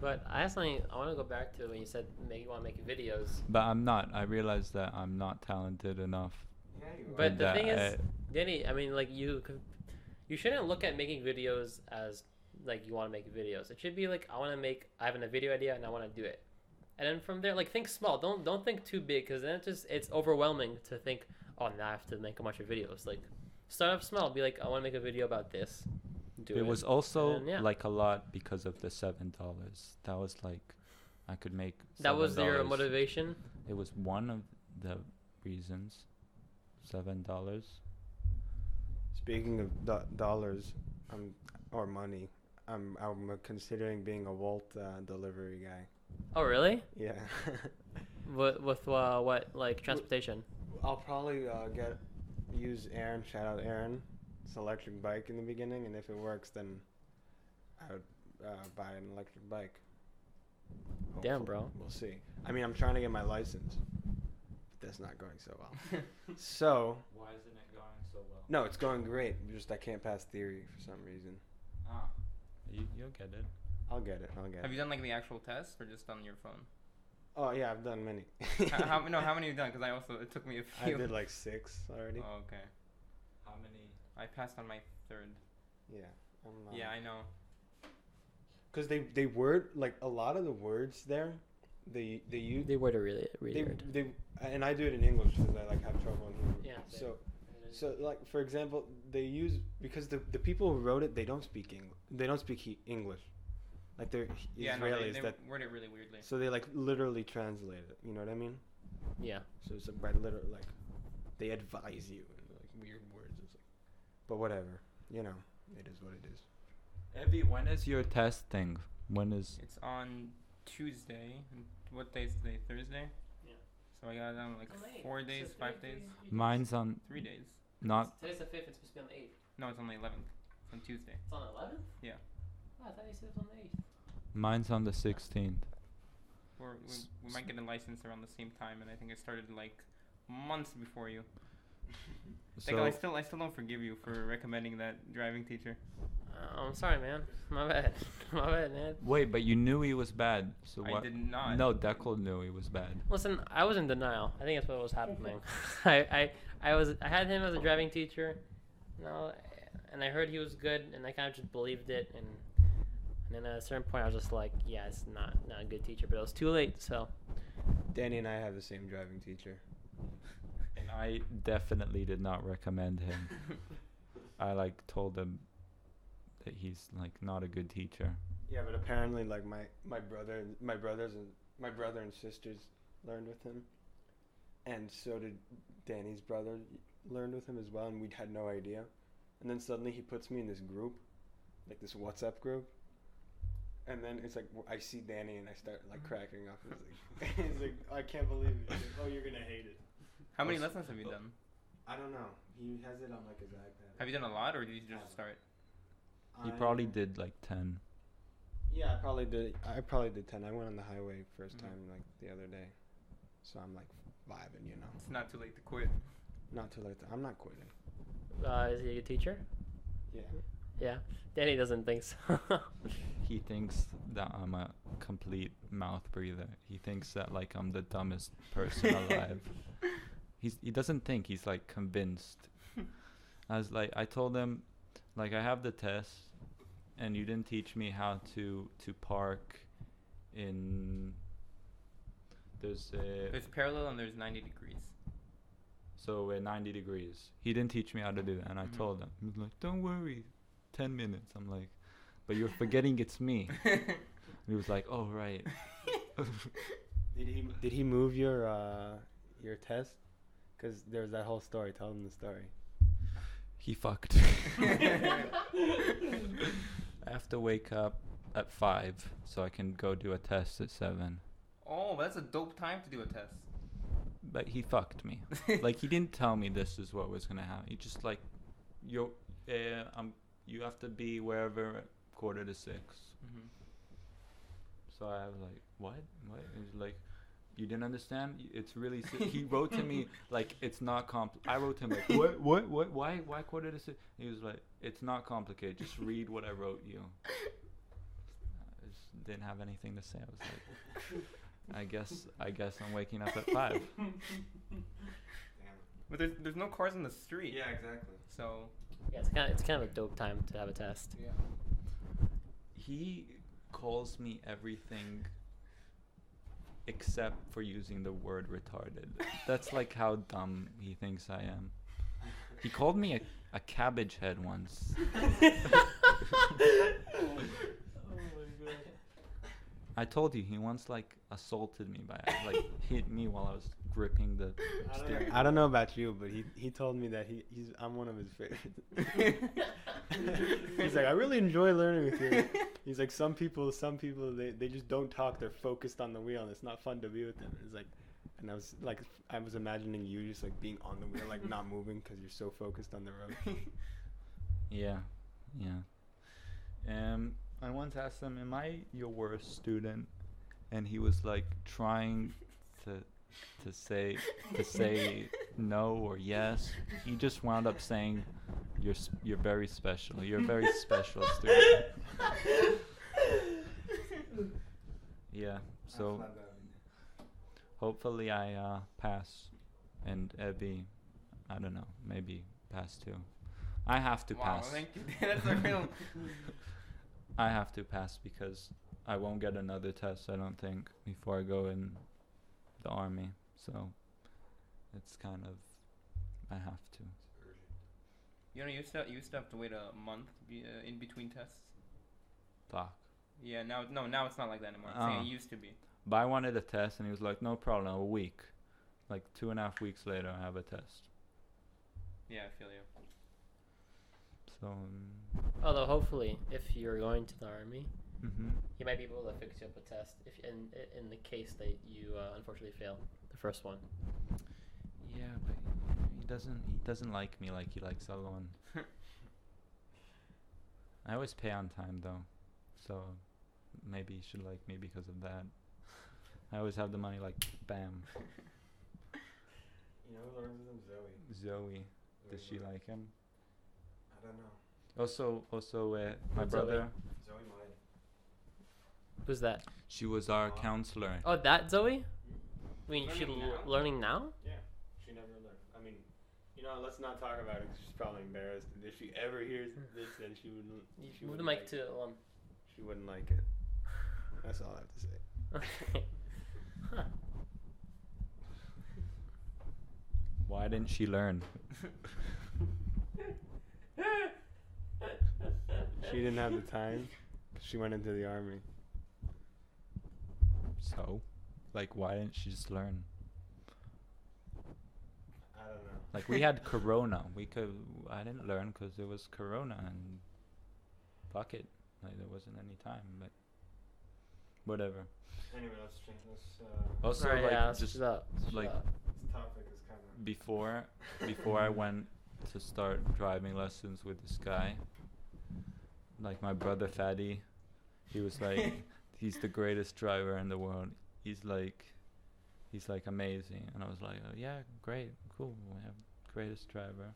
Speaker 2: But I have something I want to go back to when you said make, you want to make videos.
Speaker 4: But I'm not. I realize that I'm not talented enough.
Speaker 3: Yeah, you
Speaker 1: [laughs]
Speaker 4: and
Speaker 2: But the
Speaker 4: that
Speaker 2: thing is,
Speaker 4: I-
Speaker 2: Danny, I mean, like you, could- you shouldn't look at making videos as like you want to make videos. It should be like I want to make, I have a video idea and I want to do it, and then from there, like think small. Don't don't think too big because then it just it's overwhelming to think. Oh, now I have to make a bunch of videos. Like start off small. Be like, I want to make a video about this. Do
Speaker 4: it,
Speaker 2: it.
Speaker 4: was also
Speaker 2: And, yeah.
Speaker 4: like a lot because of the seven dollars. That was like, I could make.
Speaker 2: that was your
Speaker 4: $7.
Speaker 2: motivation.
Speaker 4: It was one of the reasons. Seven dollars.
Speaker 3: Speaking of do- dollars, um, or money, I'm I'm uh, considering being a Walt uh, delivery guy.
Speaker 2: Oh, really?
Speaker 3: Yeah. [laughs]
Speaker 2: With with uh, what like transportation?
Speaker 3: I'll probably uh, get use Aaron. Shout out Aaron. It's an electric bike in the beginning, and if it works, then I would uh, buy an electric bike.
Speaker 2: Damn,
Speaker 3: Hopefully.
Speaker 2: bro.
Speaker 3: We'll see. I mean, I'm trying to get my license. But that's not going so well. So
Speaker 4: Why isn't it going so well?
Speaker 3: no, it's going great. Just I can't pass theory for some reason.
Speaker 4: Ah, you, you'll get it.
Speaker 3: I'll get it. I'll get
Speaker 1: Have
Speaker 3: it.
Speaker 1: you done like the actual test or just on your phone?
Speaker 3: Oh yeah, I've done many.
Speaker 1: how, how,
Speaker 3: [laughs]
Speaker 1: no, how many have you done? Because I also it took me a
Speaker 3: I
Speaker 1: few. [laughs]
Speaker 3: did like six already.
Speaker 1: Oh, okay.
Speaker 4: How many?
Speaker 1: I passed on my third.
Speaker 3: Yeah. I'm uh, not.
Speaker 1: Yeah, I know.
Speaker 3: Because they they word like a lot of the words there, they they use
Speaker 2: They were to really
Speaker 3: they,
Speaker 2: really weird.
Speaker 3: they and I do it in English because I like have trouble in Hebrew.
Speaker 2: Yeah.
Speaker 3: So so like for example, they use because the the people who wrote it they don't speak English. They don't speak he- English, like they're Israelis.
Speaker 1: yeah, no, they, they
Speaker 3: that
Speaker 1: word it really weirdly.
Speaker 3: so they like literally translate it. You know what I mean?
Speaker 2: yeah.
Speaker 3: So it's like by literal like they advise you and like weird words. It's like, but whatever, you know, it is what it is.
Speaker 4: Evie, when is your test thing? When is?
Speaker 1: It's on Tuesday. and What day is today? Thursday.
Speaker 2: Yeah.
Speaker 1: So I got it on like four days, five days,
Speaker 4: Mine's on
Speaker 1: three days.
Speaker 4: not.
Speaker 2: Today's the fifth. It's supposed to be on the eighth.
Speaker 1: No, it's on the 11th. It's on Tuesday.
Speaker 2: It's on the eleventh.
Speaker 1: Yeah.
Speaker 2: Oh, I thought you said it was on the eighth.
Speaker 4: Mine's on the sixteenth.
Speaker 1: We're, we,
Speaker 4: S-
Speaker 1: we might get a license around the same time, and I think I started like months before you. Like, I
Speaker 4: So
Speaker 1: still I still don't forgive you for recommending that driving
Speaker 3: [laughs]
Speaker 1: teacher.
Speaker 2: Uh, I'm sorry, man. My bad. [laughs] My bad, man.
Speaker 4: wait, but you knew he was bad. So
Speaker 1: I
Speaker 4: what?
Speaker 1: did not.
Speaker 4: No, Deckel knew he was bad.
Speaker 2: Listen, I was in denial. I think that's what was happening. [laughs] I, I, I was. I had him as a driving teacher. No, and I heard he was good, and I kind of just believed it. And and then at a certain point, I was just like, yeah, it's not not a good teacher. But it was too late. So
Speaker 3: Danny and I have the same driving teacher.
Speaker 4: And I definitely did not recommend him. I like told him that he's like not a good teacher.
Speaker 3: Yeah, but apparently, like my my brother, and my brothers and my brother and sisters learned with him, and so did Danny's brother learned with him as well, and we had no idea. And then suddenly he puts me in this group, like this WhatsApp group, and then it's like w- I see Danny and I start like cracking up. It's like, [laughs] it's like I can't believe it. It's like, oh, you're gonna hate it.
Speaker 1: How many lessons have you done?
Speaker 3: I don't know. He has it on like his iPad.
Speaker 1: Have you done a lot, or did you just start?
Speaker 4: He probably did like ten.
Speaker 3: Yeah, I probably did. I probably did ten. I went on the highway 1st
Speaker 1: Mhm.
Speaker 3: time like the other day, so I'm like vibing, you know.
Speaker 1: It's not too late to quit.
Speaker 3: Not too late. To, I'm not quitting.
Speaker 2: uh, is he a good teacher?
Speaker 3: Yeah.
Speaker 2: Yeah. Danny doesn't think so. [laughs]
Speaker 4: He thinks that I'm a complete mouth breather. He thinks that like I'm the dumbest person alive. He's he doesn't think. He's like convinced. I was like I told him, like I have the test, and you didn't teach me how to to park, in. There's a
Speaker 1: There's parallel and there's 90 degrees.
Speaker 4: So we're 90 degrees. He didn't teach me how to do that, and I
Speaker 1: Mhm.
Speaker 4: told him. He was like, "Don't worry, 10 minutes." I'm like, "But you're forgetting it's me."
Speaker 1: [laughs]
Speaker 4: And he was like, "Oh right."
Speaker 3: Did he? Did he move your uh your test? Because there was that whole story. Tell him the story.
Speaker 4: He fucked. I have to wake up at five so I can go do a test at seven.
Speaker 1: oh, that's a dope time to do a test. [laughs]
Speaker 4: like he fucked me. like he didn't tell me this is what was gonna happen. He just like, yo, uh, I'm, you have to be wherever at quarter to six.
Speaker 1: Mm-hmm.
Speaker 2: Mhm.
Speaker 4: So I was like, what? What? And he's like, you didn't understand? Y- It's really. si-" He wrote to me like it's not comp. I wrote to him like, what? What? What? Why? Why quarter to six? He was like, it's not complicated. Just read what I wrote you. I just didn't have anything to say. I was like, I guess. I guess I'm waking up at five.
Speaker 3: Damn.
Speaker 1: But there's, there's no cars on the street.
Speaker 3: Yeah, exactly.
Speaker 1: So.
Speaker 2: Yeah, it's kind of it's kind of a dope time to have a test.
Speaker 1: Yeah.
Speaker 4: He calls me everything except for using the word retarded. That's like how dumb he thinks I am. He called me a, a cabbage
Speaker 2: [laughs]
Speaker 4: head once. I told you he once like assaulted me by like hit me while I was gripping the
Speaker 3: I don't,
Speaker 4: steering.
Speaker 3: know, I don't know about you, but he, he told me that he, he's I'm one of his favorites. [laughs] he's like, I really enjoy learning with you. He's like, some people, some people, they, they just don't talk. They're focused on the wheel, and it's not fun to be with them. It's like, and I was like, I was imagining you just like being on the wheel, like
Speaker 2: [laughs]
Speaker 3: not moving because you're so focused on the road.
Speaker 4: Yeah, yeah. Um, I once asked him, "Am I your worst student?" And he was like [laughs] trying to to say to say no or yes. He just wound up saying, "You're s- you're very special. You're a very special student." Yeah. So hopefully I uh, pass, and Ebby, I don't know, maybe pass too. I have to
Speaker 1: wow,
Speaker 4: pass.
Speaker 1: Thank you. [laughs] That's a
Speaker 4: [laughs]
Speaker 1: real.
Speaker 4: I have to pass because I won't get another test, I don't think, before I go in the army. So it's kind of I have to.
Speaker 1: You know, you used to, you used to have to wait a month be, uh, in between tests.
Speaker 4: Fuck.
Speaker 1: Yeah, now no, now it's not like that anymore. I'm saying
Speaker 4: Oh.
Speaker 1: it used to be.
Speaker 4: But I wanted a test and he was like, No problem, a week. Like two and a half weeks later I have a test.
Speaker 1: Yeah, I feel you.
Speaker 4: So um,
Speaker 2: Although hopefully, if you're going to the army,
Speaker 4: mhm.
Speaker 2: he might be able to fix you up a test. If in in the case that you uh, unfortunately fail the first one.
Speaker 4: Yeah, but he doesn't he doesn't like me like he likes everyone. I always pay on time though. So maybe he should like me because of that. I always have the money like bam.
Speaker 3: You know who learns with him? Zoe.
Speaker 4: Zoe. Does she like him?
Speaker 3: I don't know.
Speaker 4: Also, also, uh, my
Speaker 2: Who's Zoe?
Speaker 4: brother.
Speaker 3: Zoe might.
Speaker 2: Who's that?
Speaker 4: She was our
Speaker 3: Aw.
Speaker 4: counselor.
Speaker 2: Oh, that Zoe. I mean, she
Speaker 1: Learning
Speaker 2: l-
Speaker 1: now?
Speaker 2: learning now.
Speaker 3: Yeah, she never learned. I mean, you know, let's not talk about it. 'cause she's probably embarrassed. If she ever hears this, then she wouldn't.
Speaker 2: You
Speaker 3: She
Speaker 2: move the
Speaker 3: wouldn't
Speaker 2: mic
Speaker 3: like
Speaker 2: to one.
Speaker 3: She wouldn't like it. That's all I have to say.
Speaker 2: [laughs] Okay. Huh.
Speaker 4: Why didn't she learn?
Speaker 3: She didn't have the time. 'cause She went into the army.
Speaker 4: So, like, why didn't she just learn?
Speaker 3: I don't know.
Speaker 4: Like,
Speaker 3: [laughs]
Speaker 4: we had Corona. We could. I didn't learn because there was Corona and fuck it. Like, there wasn't any time. But whatever.
Speaker 3: Anyway, let's change this. Uh,
Speaker 4: Also,
Speaker 2: Alright,
Speaker 4: like,
Speaker 2: yeah, let's
Speaker 4: just
Speaker 2: shut up, let's
Speaker 4: like-
Speaker 2: shut up.
Speaker 3: this topic is kind of.
Speaker 4: before before I went to start driving lessons with this guy, like my brother Fatty, he was like, he's the greatest driver in the world. He's like, he's like amazing, and I was like, oh, yeah, great, cool, we have greatest driver.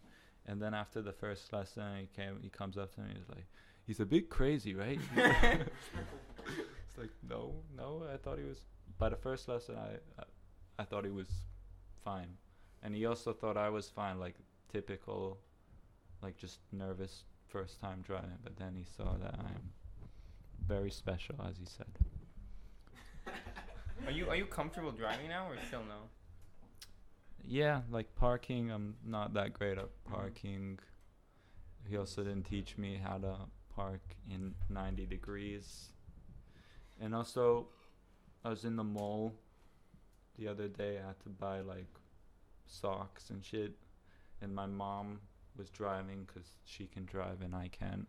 Speaker 4: And then after the first lesson, he came, he comes up to me, he's like, he's a bit
Speaker 1: [laughs]
Speaker 4: crazy, right? [laughs] it's like, no, no, I thought he was. By the first lesson, I, I, I thought he was fine and he also thought I was fine, like typical, like just nervous first time driving. But then he saw that I'm very special, as he said.
Speaker 1: Are you are you comfortable driving now or still no?
Speaker 4: Yeah, like parking, I'm not that great at parking. He also didn't teach me how to park in 90 degrees. And also, I was in the mall the other day. I had to buy like socks and shit. And my mom was driving because she can drive and I can't.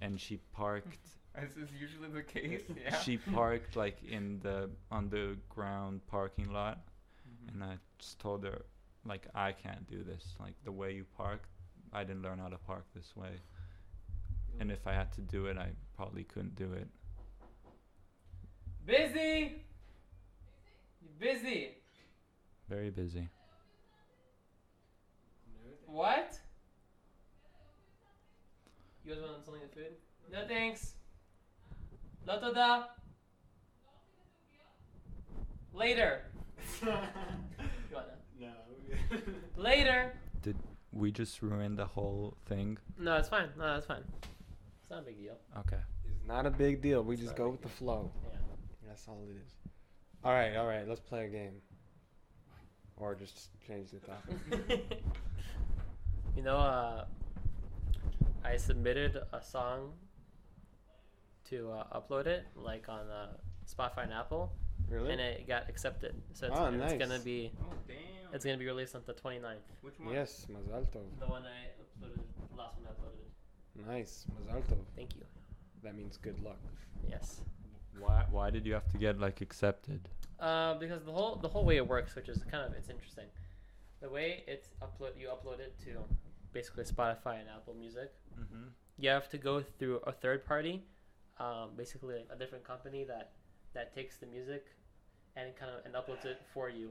Speaker 4: And she parked
Speaker 1: As is usually the case. Yeah.
Speaker 4: she parked like in the underground parking lot
Speaker 1: Mhm.
Speaker 4: and I just told her, like, I can't do this. Like, the way you park, I didn't learn how to park this way. And if I had to do it, I probably couldn't do it.
Speaker 2: Busy. You busy?
Speaker 4: Very busy.
Speaker 2: What? You guys want something to food? No thanks. Loto da. Later. You wanna?
Speaker 3: no.
Speaker 2: Later.
Speaker 4: We just ruined the whole thing.
Speaker 2: No, it's fine. No, that's fine. It's not a big deal.
Speaker 4: Okay.
Speaker 3: It's not a big deal. We
Speaker 2: It's
Speaker 3: just
Speaker 2: not
Speaker 3: go
Speaker 2: a
Speaker 3: with the
Speaker 2: big
Speaker 3: flow.
Speaker 2: Yeah.
Speaker 3: That's all it is. All right, all right. Let's play a game. Or just change the [laughs] topic.
Speaker 2: you know, uh, I submitted a song to uh, upload it, like on uh, Spotify and Apple,
Speaker 3: Really?
Speaker 2: and it got accepted. So it's,
Speaker 3: Ah,
Speaker 2: and it's
Speaker 3: nice.
Speaker 2: gonna be
Speaker 1: Oh damn.
Speaker 2: it's gonna be released on the 29th.
Speaker 1: Which one?
Speaker 3: Yes, Mazalto.
Speaker 2: The one I uploaded, the last one I uploaded.
Speaker 3: Nice, Mazalto.
Speaker 2: Thank you.
Speaker 3: That means good luck.
Speaker 2: Yes.
Speaker 4: Why why did you have to get like accepted?
Speaker 2: Uh, because the whole the whole way it works, which is kind of it's interesting, the way it's upload you upload it to basically Spotify and Apple Music.
Speaker 4: Mm-hmm.
Speaker 2: you have to go through a third party, um, basically a different company that that takes the music and kind of and uploads it for you.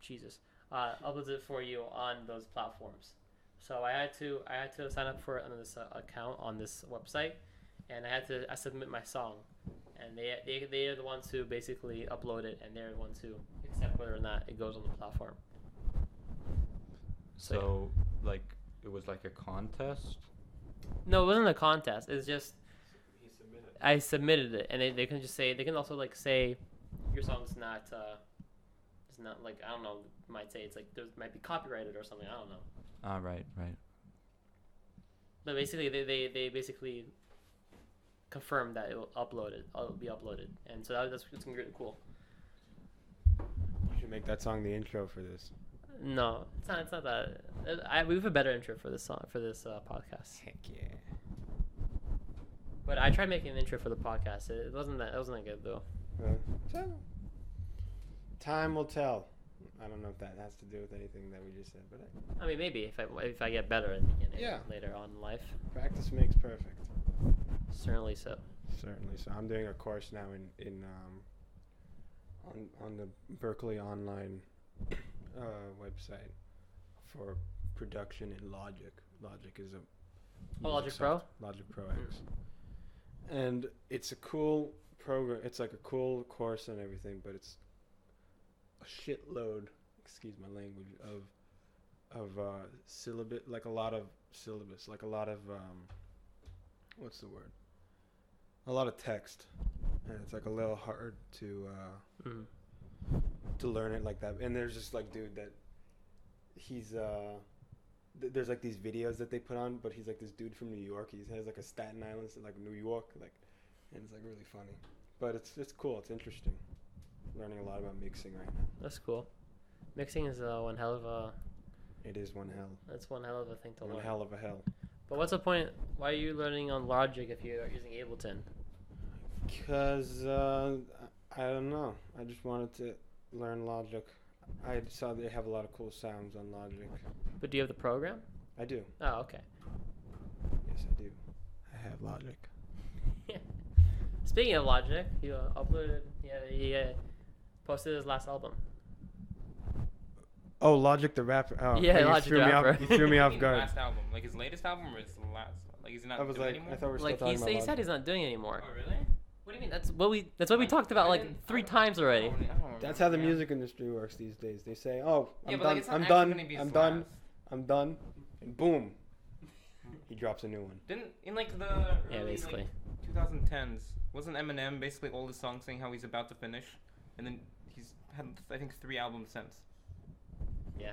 Speaker 2: Jesus, uh, uploads it for you on those platforms. So I had to I had to sign up for it on this uh, account on this website, and I had to I submit my song, and they they they are the ones who basically upload it, and they're the ones who accept whether or not it goes on the platform. So, yeah.
Speaker 4: So like it was like a contest.
Speaker 2: No, it wasn't a contest. It's just
Speaker 3: He submitted.
Speaker 2: I submitted it, and they, they can just say they can also like say your song's not uh, it's not like I don't know might say it's like there might be copyrighted or something I don't know.
Speaker 4: Ah right, right.
Speaker 2: But basically they they, they basically confirm that it will upload it, it'll be uploaded, and so that, that's it's gonna be really cool.
Speaker 3: You should make that song the intro for this.
Speaker 2: No, it's not it's not that. I we have a better intro for this song for this uh, podcast.
Speaker 3: Heck yeah.
Speaker 2: But I tried making an intro for the podcast. It, it wasn't that it wasn't that good though.
Speaker 3: Well, so, time will tell. I don't know if that has to do with anything that we just said, but uh,
Speaker 2: I mean maybe if I if I get better at the beginning
Speaker 3: Yeah.
Speaker 2: later on in life,
Speaker 3: practice makes perfect.
Speaker 2: certainly so.
Speaker 3: Certainly. So I'm doing a course now in in um, on on the Berkeley online [clears throat] uh, website for production in Logic. Logic is a
Speaker 2: Oh,
Speaker 3: music
Speaker 2: Logic Pro?
Speaker 3: soft- Logic Pro
Speaker 2: Mm.
Speaker 3: X. And it's a cool program. It's like a cool course and everything, but it's a shitload. Excuse my language of of uh, syllabus, like a lot of syllabus, like a lot of um, what's the word? A lot of text, and it's like a little hard to uh,
Speaker 2: Mm.
Speaker 3: to learn it like that. And there's just like dude that he's uh, th- there's like these videos that they put on, but he's like this dude from New York. He has like a Staten Island, so, like New York, like, and it's like really funny. But it's it's cool. It's interesting. Learning a lot about mixing right now.
Speaker 2: That's cool. Mixing is uh, one hell of a
Speaker 3: It is one hell,
Speaker 2: that's one hell of a thing to
Speaker 3: one
Speaker 2: learn.
Speaker 3: hell of a hell.
Speaker 2: But what's the point? Why are you learning on Logic if you are using Ableton?
Speaker 3: Because uh, I I don't know. I just wanted to learn Logic. I saw they have a lot of cool sounds on Logic.
Speaker 2: But do you have the program?
Speaker 3: I do.
Speaker 2: Oh, okay.
Speaker 3: Yes, I do. I have Logic.
Speaker 2: Speaking of Logic, you uh, uploaded yeah he uh, posted his last album.
Speaker 3: Oh, Logic the rapper. Oh,
Speaker 2: Yeah,
Speaker 3: you
Speaker 2: Logic
Speaker 3: threw
Speaker 2: the
Speaker 3: me
Speaker 2: rapper.
Speaker 3: Off, you threw me
Speaker 1: His [laughs]
Speaker 3: off guard.
Speaker 1: Last album, like his latest album or his last? Like he's not
Speaker 3: I was
Speaker 1: doing
Speaker 3: like,
Speaker 1: it anymore.
Speaker 3: I thought we were still
Speaker 2: like he,
Speaker 3: talking
Speaker 2: sa-
Speaker 3: about
Speaker 2: he
Speaker 3: Logic.
Speaker 2: said he's not doing it anymore.
Speaker 1: oh really?
Speaker 2: What do you mean? That's what we that's what we talked about
Speaker 1: I
Speaker 2: like
Speaker 1: didn't-
Speaker 2: three times already.
Speaker 1: I don't- I don't
Speaker 3: That's how the
Speaker 1: remember.
Speaker 3: music industry works these days. They say, "Oh,
Speaker 1: Yeah,
Speaker 3: I'm
Speaker 1: but
Speaker 3: done.
Speaker 1: like, it's not
Speaker 3: I'm
Speaker 1: actually
Speaker 3: done.
Speaker 1: gonna be
Speaker 3: I'm
Speaker 1: his
Speaker 3: done.
Speaker 1: last.
Speaker 3: I'm done." And boom, he drops a new one.
Speaker 1: Didn't in like the
Speaker 2: Yeah,
Speaker 1: early,
Speaker 2: basically.
Speaker 1: like, 2010s wasn't Eminem basically all the songs saying how he's about to finish, and then he's had I think three albums since.
Speaker 2: Yeah.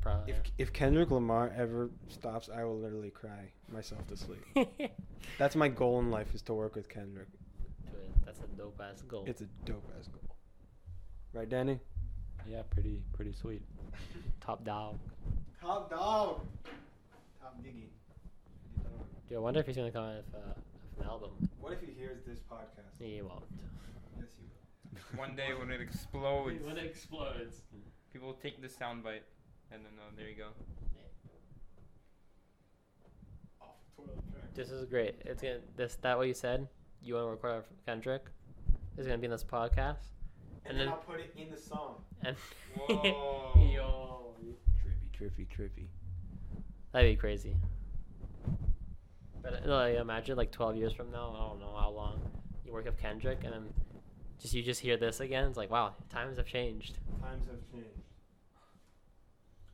Speaker 2: Probably. [laughs]
Speaker 3: If if Kendrick Lamar ever stops, I will literally cry myself to sleep.
Speaker 2: yeah.
Speaker 3: That's my goal in life is to work with Kendrick.
Speaker 2: Dude, that's a dope ass goal.
Speaker 3: It's a dope ass goal. Right, Danny?
Speaker 4: Yeah, pretty pretty sweet.
Speaker 2: Top dog.
Speaker 3: Top dog. Top diggy.
Speaker 2: Dude, I wonder if he's gonna come out with, uh, with an album.
Speaker 3: What if he hears this podcast?
Speaker 2: He won't.
Speaker 3: Yes, he will.
Speaker 1: [laughs] One day when it explodes,
Speaker 2: when it explodes.
Speaker 1: people take the soundbite and then uh, there you go.
Speaker 5: Off the toilet track.
Speaker 2: This is great. It's gonna this that what you said. You want to record our Kendrick? It's gonna be in this podcast. And
Speaker 5: And, then,
Speaker 2: then-
Speaker 5: I'll put it in the song.
Speaker 2: And [laughs]
Speaker 1: Whoa.
Speaker 2: yo,
Speaker 3: Trippy, trippy, trippy.
Speaker 2: that'd be crazy. But uh, like, imagine like twelve years from now, I don't know how long, you work up Kendrick, and then just you just hear this again. It's like wow, times have changed.
Speaker 5: Times have changed.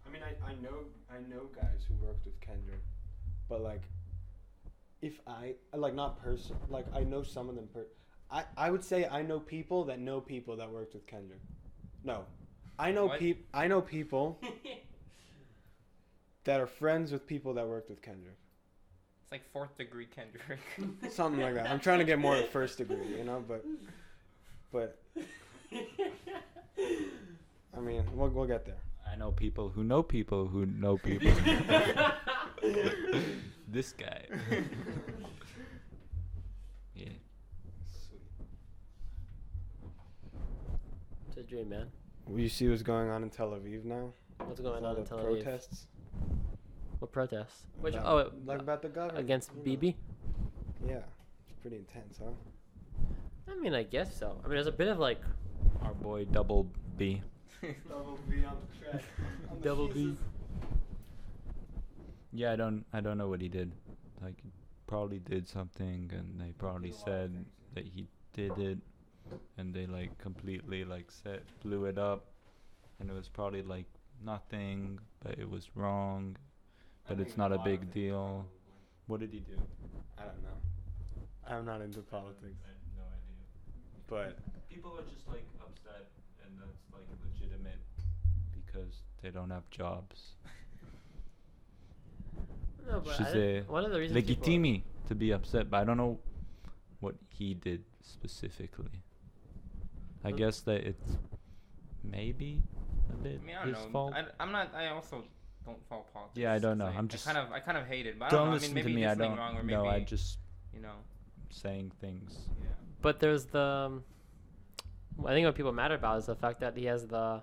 Speaker 3: I mean, I, I know I know guys who worked with Kendrick, but like, if I like not person like I know some of them per. I, I would say I know people that know people that worked with Kendrick. No, I know
Speaker 1: What?
Speaker 3: peop I know people that are friends with people that worked with Kendrick.
Speaker 1: It's like fourth degree Kendrick.
Speaker 3: [laughs]
Speaker 1: [laughs]
Speaker 3: Something like that. I'm trying to get more at first degree, you know. But but I mean, we'll we'll get there.
Speaker 4: I know people who know people who
Speaker 1: [laughs]
Speaker 4: know people. [laughs] this guy. yeah.
Speaker 2: It's a dream, man.
Speaker 3: Well, You see what's going on in Tel Aviv now?
Speaker 2: What's
Speaker 3: With
Speaker 2: going
Speaker 3: all
Speaker 2: on in
Speaker 3: the
Speaker 2: Tel Aviv?
Speaker 3: protests.
Speaker 2: What protest? Which
Speaker 3: about-
Speaker 2: oh, it-
Speaker 3: like about the government
Speaker 2: against
Speaker 3: you know.
Speaker 2: BB?
Speaker 3: Yeah, it's pretty intense, huh?
Speaker 2: I mean, I guess so. I mean, there's a bit of like
Speaker 4: Our boy Double B.
Speaker 5: Double B on
Speaker 3: [laughs]
Speaker 5: the track. On the
Speaker 2: Double B.
Speaker 5: pieces.
Speaker 4: Yeah, I don't I don't know what he did. Like probably did something and they probably
Speaker 5: a lot of
Speaker 4: said
Speaker 5: things, yeah.
Speaker 4: that he did it and they like completely like set blew it up and it was probably like nothing but it was wrong.
Speaker 5: I
Speaker 4: But
Speaker 5: think
Speaker 4: it's not a
Speaker 5: lot
Speaker 4: big
Speaker 5: of it
Speaker 4: deal.
Speaker 5: probably.
Speaker 4: What did he do?
Speaker 3: I don't know. I'm not into politics,
Speaker 6: I have no idea.
Speaker 3: but
Speaker 6: People are just like upset, and that's like legitimate.
Speaker 4: Legitimate because they don't have jobs.
Speaker 2: no, but I
Speaker 4: She's
Speaker 2: think
Speaker 4: a
Speaker 2: one of the reasons people-
Speaker 4: legitimi to be upset, but I don't know what he did specifically. I
Speaker 2: Mm.
Speaker 4: guess that it's maybe a
Speaker 1: I
Speaker 4: bit
Speaker 1: mean, I don't
Speaker 4: his
Speaker 1: know.
Speaker 4: fault.
Speaker 1: I, I'm not. I also don't follow politics.
Speaker 4: Yeah, I don't know.
Speaker 1: Like,
Speaker 4: I'm just-
Speaker 1: I kind of. I kind of hate it, but I
Speaker 4: don't
Speaker 1: don't know.
Speaker 4: listen
Speaker 1: I mean,
Speaker 4: to
Speaker 1: maybe
Speaker 4: me.
Speaker 1: he did
Speaker 4: I
Speaker 1: something
Speaker 4: don't
Speaker 1: wrong, or
Speaker 4: know. I
Speaker 1: maybe,
Speaker 4: just
Speaker 1: You know.
Speaker 4: saying things.
Speaker 1: Yeah.
Speaker 2: But there's the. um, I think what people are mad about is the fact that he has the,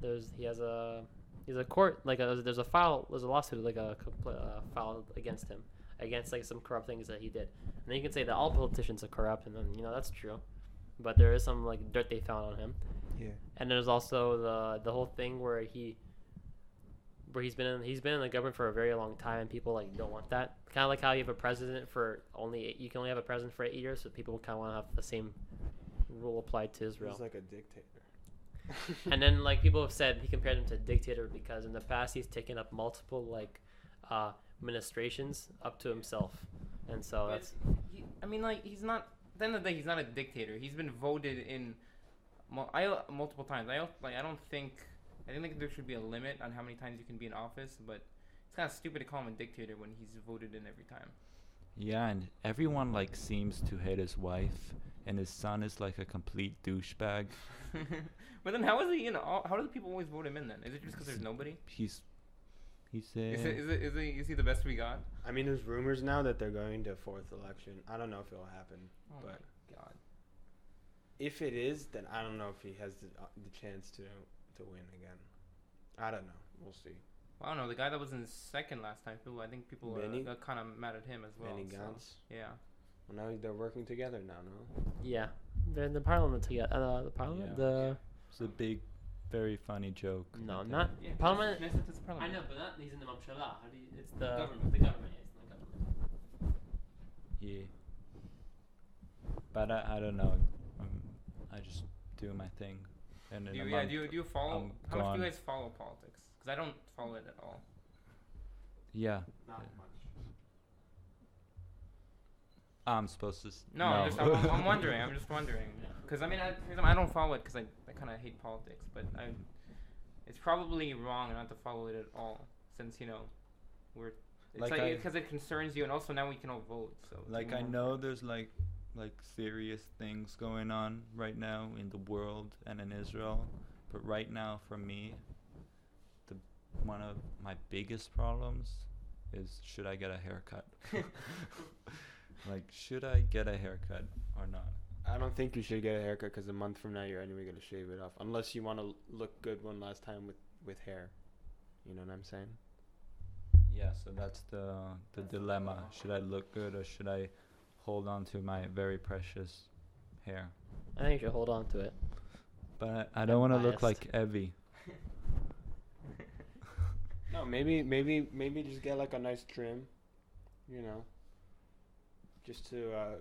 Speaker 2: there's he has a, he's a court like a, there's a file there's a lawsuit like a compl- uh, filed against him against like some corrupt things that he did. And then you can say that all politicians are corrupt, and then you know that's true, but there is some like dirt they found on him.
Speaker 3: yeah.
Speaker 2: and there's also the the whole thing where he where he's been in he's been in the government for a very long time and people like don't want that kind of like how you have a president for only eight, you can only have a president for eight years so people kind of want to have the same rule applied to israel
Speaker 3: He's like [laughs] a dictator.
Speaker 2: and then like people have said he compared him to a dictator because in the past he's taken up multiple like uh administrations up to himself and so
Speaker 1: But
Speaker 2: that's
Speaker 1: he, I mean, like he's not. At the end of the day, he's not a dictator. He's been voted in, mul- I multiple times. I don't like. I don't think. I think like, there should be a limit on how many times you can be in office. But it's kind of stupid to call him a dictator when he's voted in every time. [laughs]
Speaker 4: Yeah, and everyone like seems to hate his wife, and his son is like a complete douchebag.
Speaker 1: but then how is he in? All, how do the people always vote him in? Then is it just because there's nobody?
Speaker 4: He's he's a
Speaker 1: Is, it, is, it, is, it, is he the best we got?
Speaker 3: I mean, there's rumors now that they're going to a fourth election. I don't know if it'll happen.
Speaker 1: Oh
Speaker 3: But-
Speaker 1: my god.
Speaker 3: If it is, then I don't know if he has the, uh, the chance to to win again. I don't know. We'll see.
Speaker 1: Well, I don't know. The guy that was in second last time, people. I think people
Speaker 3: Benny?
Speaker 1: are, kind of mad at him as well.
Speaker 3: Benny
Speaker 1: so,
Speaker 3: Gantz.
Speaker 1: Yeah.
Speaker 3: Well, now they're working together now, no?
Speaker 2: yeah they're in the parliament together uh, the parliament
Speaker 4: Yeah.
Speaker 2: the
Speaker 4: it's a big, very funny joke.
Speaker 2: no
Speaker 4: that
Speaker 2: not
Speaker 1: yeah
Speaker 2: Parliament-
Speaker 1: Knesset is parliament.
Speaker 2: but not he's in the Mamshala. How do you, it's the
Speaker 1: Government.
Speaker 2: The government. It's not government.
Speaker 4: Yeah. But I, I don't know. Um, I just do my thing. And in
Speaker 1: Do you,
Speaker 4: a
Speaker 1: yeah,
Speaker 4: month,
Speaker 1: do you, do you follow?
Speaker 4: I'm
Speaker 1: how much do
Speaker 4: gone.
Speaker 1: you guys follow politics? Because I don't follow it at all.
Speaker 4: yeah,
Speaker 5: Not
Speaker 4: Yeah.
Speaker 5: much.
Speaker 4: I'm supposed to. s-
Speaker 1: No, I'm, just, I'm,
Speaker 4: [laughs]
Speaker 1: I'm wondering. I'm just wondering. Because I mean, I, for example, I don't follow it because I, I kind of hate politics, but I, it's probably wrong not to follow it at all since you know we're it's
Speaker 4: Like
Speaker 1: like
Speaker 4: I-
Speaker 1: because it concerns you, and also now we can all vote. So it's
Speaker 4: like I
Speaker 1: even more-
Speaker 4: know there's like like serious things going on right now in the world and in Israel, but right now for me, the one of my biggest problems is should [laughs] I get a haircut? like should I get a haircut or not?
Speaker 3: I don't think you should get a haircut because a month from now you're anyway gonna shave it off, unless you want to look good one last time with with hair. You know what I'm saying?
Speaker 4: Yeah, so that's the the dilemma. Should I look good or should I hold on to my very precious hair?
Speaker 2: I think you should hold on to it.
Speaker 4: But I, I don't want to look
Speaker 2: Biased.
Speaker 4: like Evie.
Speaker 3: No, maybe maybe maybe just get like a nice trim, you know. Just to uh,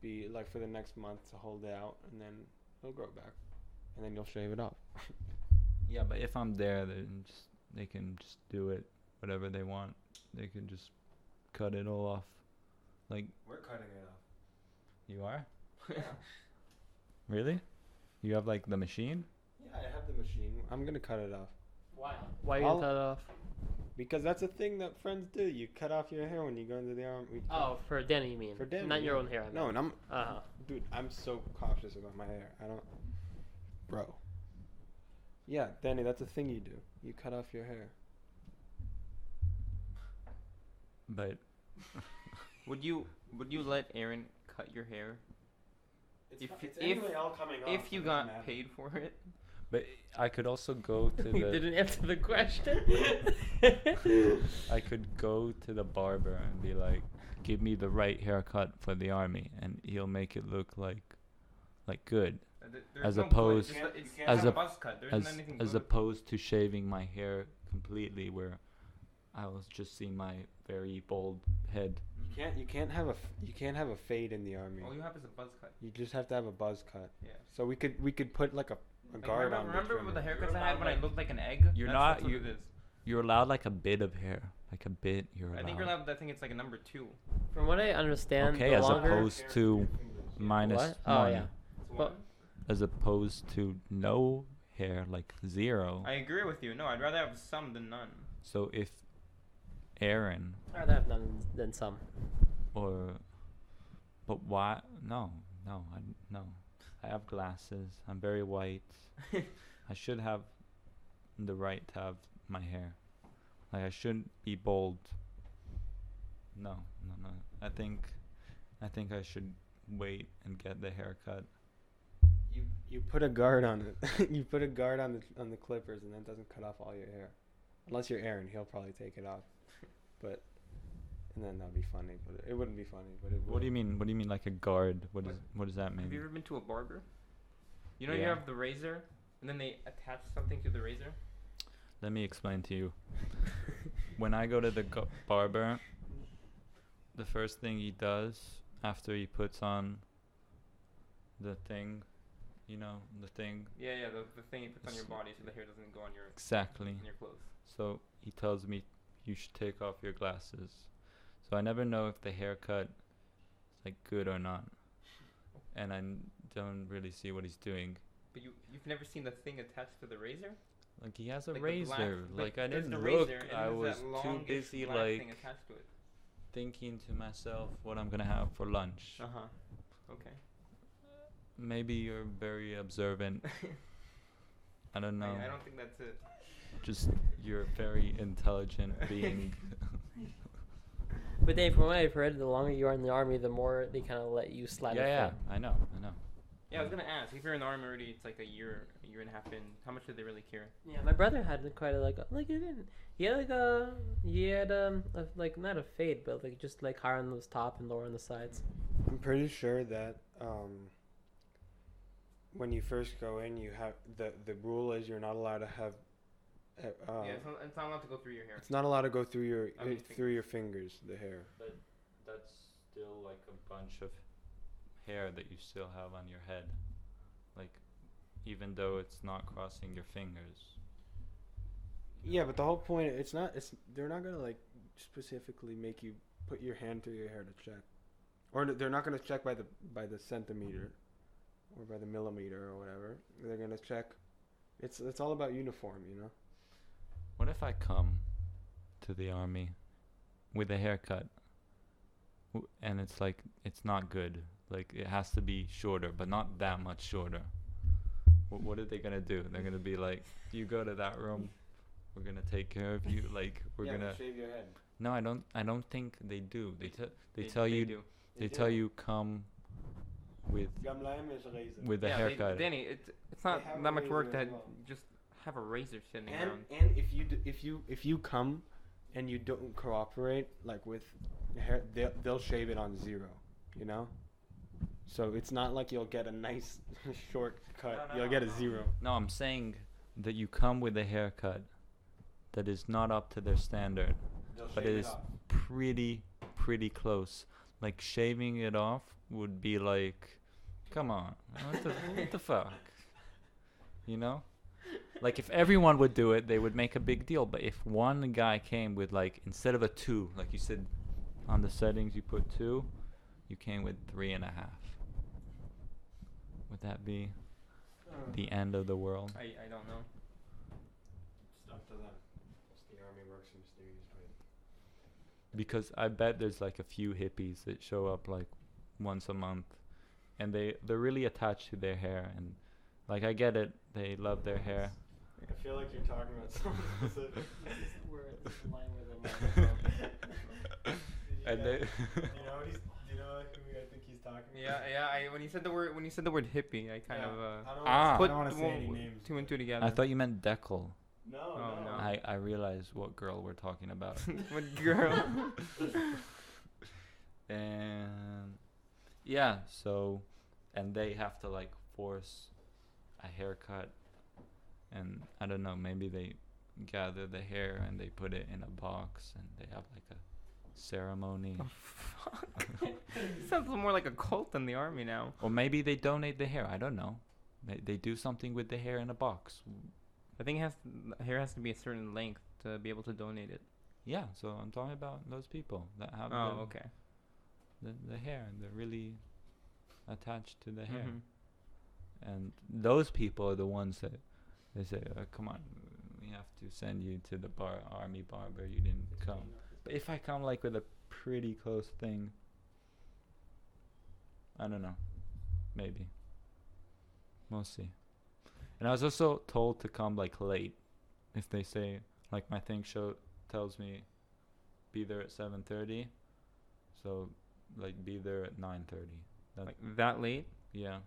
Speaker 3: be like for the next month to hold it out, and then it'll grow back, and then you'll shave it off.
Speaker 4: Yeah, but if I'm there, then just they can just do it whatever they want. They can just cut it all off. Like
Speaker 5: We're cutting
Speaker 3: [laughs]
Speaker 5: it
Speaker 4: you are?
Speaker 5: off. Yeah.
Speaker 4: Really? You have like the machine?
Speaker 5: yeah, I have the machine.
Speaker 3: I'm gonna cut it off
Speaker 2: Why? Why you
Speaker 3: I'll-
Speaker 2: gonna cut it off?
Speaker 3: because that's a thing that friends do. You cut off your hair when you go into the arm. We cut-
Speaker 2: Oh, for Danny, you mean?
Speaker 3: For Danny,
Speaker 2: Not your
Speaker 3: yeah.
Speaker 2: own hair. I mean.
Speaker 3: no, and I'm
Speaker 2: Uh [laughs] huh.
Speaker 3: dude. I'm so cautious about my hair. I don't, bro. Yeah, Danny, that's a thing you do. You cut off your hair.
Speaker 4: But
Speaker 1: Would you would you let Aaron cut your hair
Speaker 5: It's,
Speaker 1: If
Speaker 5: co-
Speaker 1: you-
Speaker 5: it's
Speaker 1: if-
Speaker 5: anyway all coming off.
Speaker 1: if you
Speaker 5: it doesn't
Speaker 1: got
Speaker 5: matter.
Speaker 1: paid for it?
Speaker 4: but I could also [laughs] go to
Speaker 2: we
Speaker 4: the
Speaker 2: didn't answer the question.
Speaker 4: I could go to the barber and be like, "Give me the right haircut for the army," and he'll make it look like, like good,
Speaker 1: Uh, th- there's
Speaker 4: As
Speaker 1: no
Speaker 4: opposed-
Speaker 1: good- it's, it's
Speaker 4: as
Speaker 1: not
Speaker 4: a-
Speaker 1: buzz cut. There isn't
Speaker 4: as
Speaker 1: anything
Speaker 4: as
Speaker 1: good.
Speaker 4: opposed to shaving my hair completely, where I was just seeing my very bald head.
Speaker 3: You can't. You can't have a. f- You can't have a fade in the army.
Speaker 1: All Oh, you have is a buzz cut.
Speaker 3: You just have to have a buzz cut.
Speaker 1: Yeah.
Speaker 3: So we could we could put like a, a
Speaker 1: Like,
Speaker 3: guard
Speaker 1: remember,
Speaker 3: on.
Speaker 1: remember
Speaker 3: trim
Speaker 1: with the
Speaker 3: it.
Speaker 1: haircuts
Speaker 6: You're
Speaker 1: I had
Speaker 6: not
Speaker 1: when I
Speaker 6: like-
Speaker 1: looked like an egg?
Speaker 4: You're
Speaker 1: That's-
Speaker 4: not-
Speaker 1: That's what
Speaker 4: you-
Speaker 1: it is.
Speaker 4: You're allowed like a bit of hair, like a bit. You're allowed.
Speaker 1: I think you're allowed. I think it's like a number two.
Speaker 2: [laughs] From what I understand,
Speaker 4: Okay,
Speaker 2: the
Speaker 4: as
Speaker 2: longer.
Speaker 4: opposed to minus
Speaker 2: What? Oh,
Speaker 4: one,
Speaker 2: yeah.
Speaker 1: It's
Speaker 2: But-
Speaker 1: one.
Speaker 4: as opposed to no hair, like zero.
Speaker 1: I agree with you. No, I'd rather have some than none.
Speaker 4: [laughs] so if Aaron
Speaker 2: I'd rather have none than some.
Speaker 4: or but why no no i no i have glasses i'm very white i should have the right to have my hair like i shouldn't be bold no no no i think i think i should wait and get the haircut
Speaker 3: You you put a guard on it. [laughs] you put a guard on the on the clippers, and that doesn't cut off all your hair, unless you're Aaron. He'll probably take it off, but and then that'd be funny. But it wouldn't be funny. But it would.
Speaker 4: what do you mean what do you mean like a guard what
Speaker 1: What-
Speaker 4: is what does that
Speaker 1: Have you
Speaker 4: mean
Speaker 1: ever been to a barber? You know you
Speaker 4: Yeah.
Speaker 1: have the razor, and then they attach something to the razor.
Speaker 4: let me explain to
Speaker 1: [laughs]
Speaker 4: you when i go to the gu- barber the first thing he does after he puts on the thing, you know, the thing
Speaker 1: Yeah, yeah. The, the thing you put on your
Speaker 4: It's-
Speaker 1: body so the hair doesn't go on your
Speaker 4: exactly.
Speaker 1: on your clothes.
Speaker 4: So he tells me you should take off your glasses. So I never know if the haircut is like good or not, and I n- don't really see what he's doing.
Speaker 1: But you you've never seen the thing attached to the razor?
Speaker 4: Like he has a
Speaker 1: Like the
Speaker 4: razor.
Speaker 1: black-
Speaker 4: like I
Speaker 1: there's
Speaker 4: didn't
Speaker 1: the
Speaker 4: look.
Speaker 1: razor, and
Speaker 4: I
Speaker 1: there's
Speaker 4: was
Speaker 1: that
Speaker 4: too
Speaker 1: longish
Speaker 4: busy
Speaker 1: black thing
Speaker 4: like
Speaker 1: attached to it.
Speaker 4: thinking to myself what I'm gonna have for lunch.
Speaker 1: Uh huh. Okay.
Speaker 4: Maybe you're very observant. I don't know.
Speaker 1: [laughs] I, I don't think that's it.
Speaker 4: Just you're a very
Speaker 1: [laughs]
Speaker 4: intelligent being.
Speaker 2: But Dave, from what I've heard, the longer you are in the army, the more they kind of let you slide.
Speaker 4: yeah,
Speaker 2: a
Speaker 4: yeah,
Speaker 2: thing.
Speaker 4: I know, I know.
Speaker 1: Yeah, I was gonna ask if you're in the army already. It's like a year, a year and a half in. How much do they really care?
Speaker 2: Yeah, my brother had quite a like a- like he didn't he had like a he had um a, like not a fade but like just like higher on those top and lower on the sides.
Speaker 3: I'm pretty sure that um, when you first go in, you have the the rule is you're not allowed to have. Uh, uh,
Speaker 1: yeah, it's not, it's not allowed to go through your hair.
Speaker 3: it's not allowed to go through your uh,
Speaker 1: I mean,
Speaker 3: through your fingers. The hair.
Speaker 4: That's still like a bunch of hair that you still have on your head, like even though it's not crossing your fingers.
Speaker 3: Yeah, but the whole point it's not it's they're not gonna like specifically make you put your hand through your hair to check, or they're not gonna check by the by the centimeter, or by the millimeter or whatever. They're gonna check. It's it's all about uniform, you know.
Speaker 4: What if I come to the army with a haircut, w- and it's like it's not good. Like it has to be shorter, but not that much shorter. What, what are they gonna do? They're gonna be like, you go to that room. We're gonna take care of you. Like we're
Speaker 3: yeah,
Speaker 4: gonna.
Speaker 3: shave your head.
Speaker 4: No, I don't. I don't think they do. They t- they,
Speaker 1: They-
Speaker 4: tell
Speaker 1: they
Speaker 4: you.
Speaker 1: do.
Speaker 4: They tell you come with
Speaker 5: Gamlaim is razor.
Speaker 4: with a
Speaker 1: yeah, they-
Speaker 4: haircut.
Speaker 1: Danny, it's it's
Speaker 5: They
Speaker 1: not
Speaker 5: have a
Speaker 1: that much
Speaker 5: razor
Speaker 1: work
Speaker 5: as
Speaker 1: to
Speaker 5: well.
Speaker 1: just have a razor sitting
Speaker 5: And-
Speaker 1: around.
Speaker 3: And if you d- if you if you come and you don't cooperate like with your hair, they'll, they'll shave it on zero, you know. So it's not like you'll get a nice [laughs] shortcut.
Speaker 6: No, no,
Speaker 3: you'll
Speaker 6: no,
Speaker 3: get a
Speaker 6: no.
Speaker 3: zero.
Speaker 4: no, I'm saying that you come with a haircut that is not up to their standard,
Speaker 5: They'll
Speaker 4: but
Speaker 5: shave
Speaker 4: it
Speaker 5: it
Speaker 4: is
Speaker 5: off.
Speaker 4: pretty pretty close. Like shaving it off would be like, come on, what the, what the fuck, you know? Like [laughs] if everyone would do it, they would make a big deal. But if one guy came with like instead of a two, like you said, on the settings you put two, you came with three and a half. Would that be the end of the world?
Speaker 1: I, I don't know.
Speaker 5: It's up to them. It's the army works in mysterious ways.
Speaker 4: because I bet there's like a few hippies that show up like once a month, and they they're really attached to their hair and like I get it, they love their hair.
Speaker 5: I feel like you're talking about [laughs] something
Speaker 1: [laughs]
Speaker 5: specific.
Speaker 2: This is where this is the line where the
Speaker 3: [laughs]
Speaker 2: microphone-
Speaker 5: Did you
Speaker 1: [laughs]
Speaker 4: And
Speaker 5: guys-
Speaker 4: they-
Speaker 5: do you know what he's, do you know who I think he's talking about?
Speaker 1: Yeah, yeah. I, when you said the word when you said the word hippie, I kind
Speaker 5: Yeah,
Speaker 1: of uh,
Speaker 5: I don't
Speaker 4: Ah.
Speaker 5: wanna,
Speaker 1: put
Speaker 5: I don't want to say
Speaker 1: one-
Speaker 5: any names.
Speaker 1: two and two together. [laughs]
Speaker 4: I thought you meant decal.
Speaker 5: No,
Speaker 1: Oh, no.
Speaker 5: no.
Speaker 4: I I realize what girl we're talking about.
Speaker 1: [laughs] What girl?
Speaker 4: [laughs]
Speaker 1: [laughs]
Speaker 4: and yeah, so and they have to like force a haircut, and I don't know, maybe they gather the hair and they put it in a box and they have like a ceremony.
Speaker 1: Oh, [laughs] Sounds more like a cult than the army now.
Speaker 4: Or maybe they donate the hair. I don't know. They, they do something with the hair in a box.
Speaker 1: I think it has to, hair has to be a certain length to be able to donate it.
Speaker 4: Yeah, so I'm talking about those people that have
Speaker 1: Oh,
Speaker 4: Um, the,
Speaker 1: okay.
Speaker 4: the, the hair and they're really attached to the hair.
Speaker 1: Mhm.
Speaker 4: And those people are the ones that they say, uh come on, we have to send you to the bar army barber. You didn't come. But if I come like with a pretty close thing, I don't know. Maybe. We'll see. And I was also told to come like late. If they say like my thing show tells me be there at seven thirty. So like be there at nine thirty.
Speaker 1: Like that late?
Speaker 4: Yeah.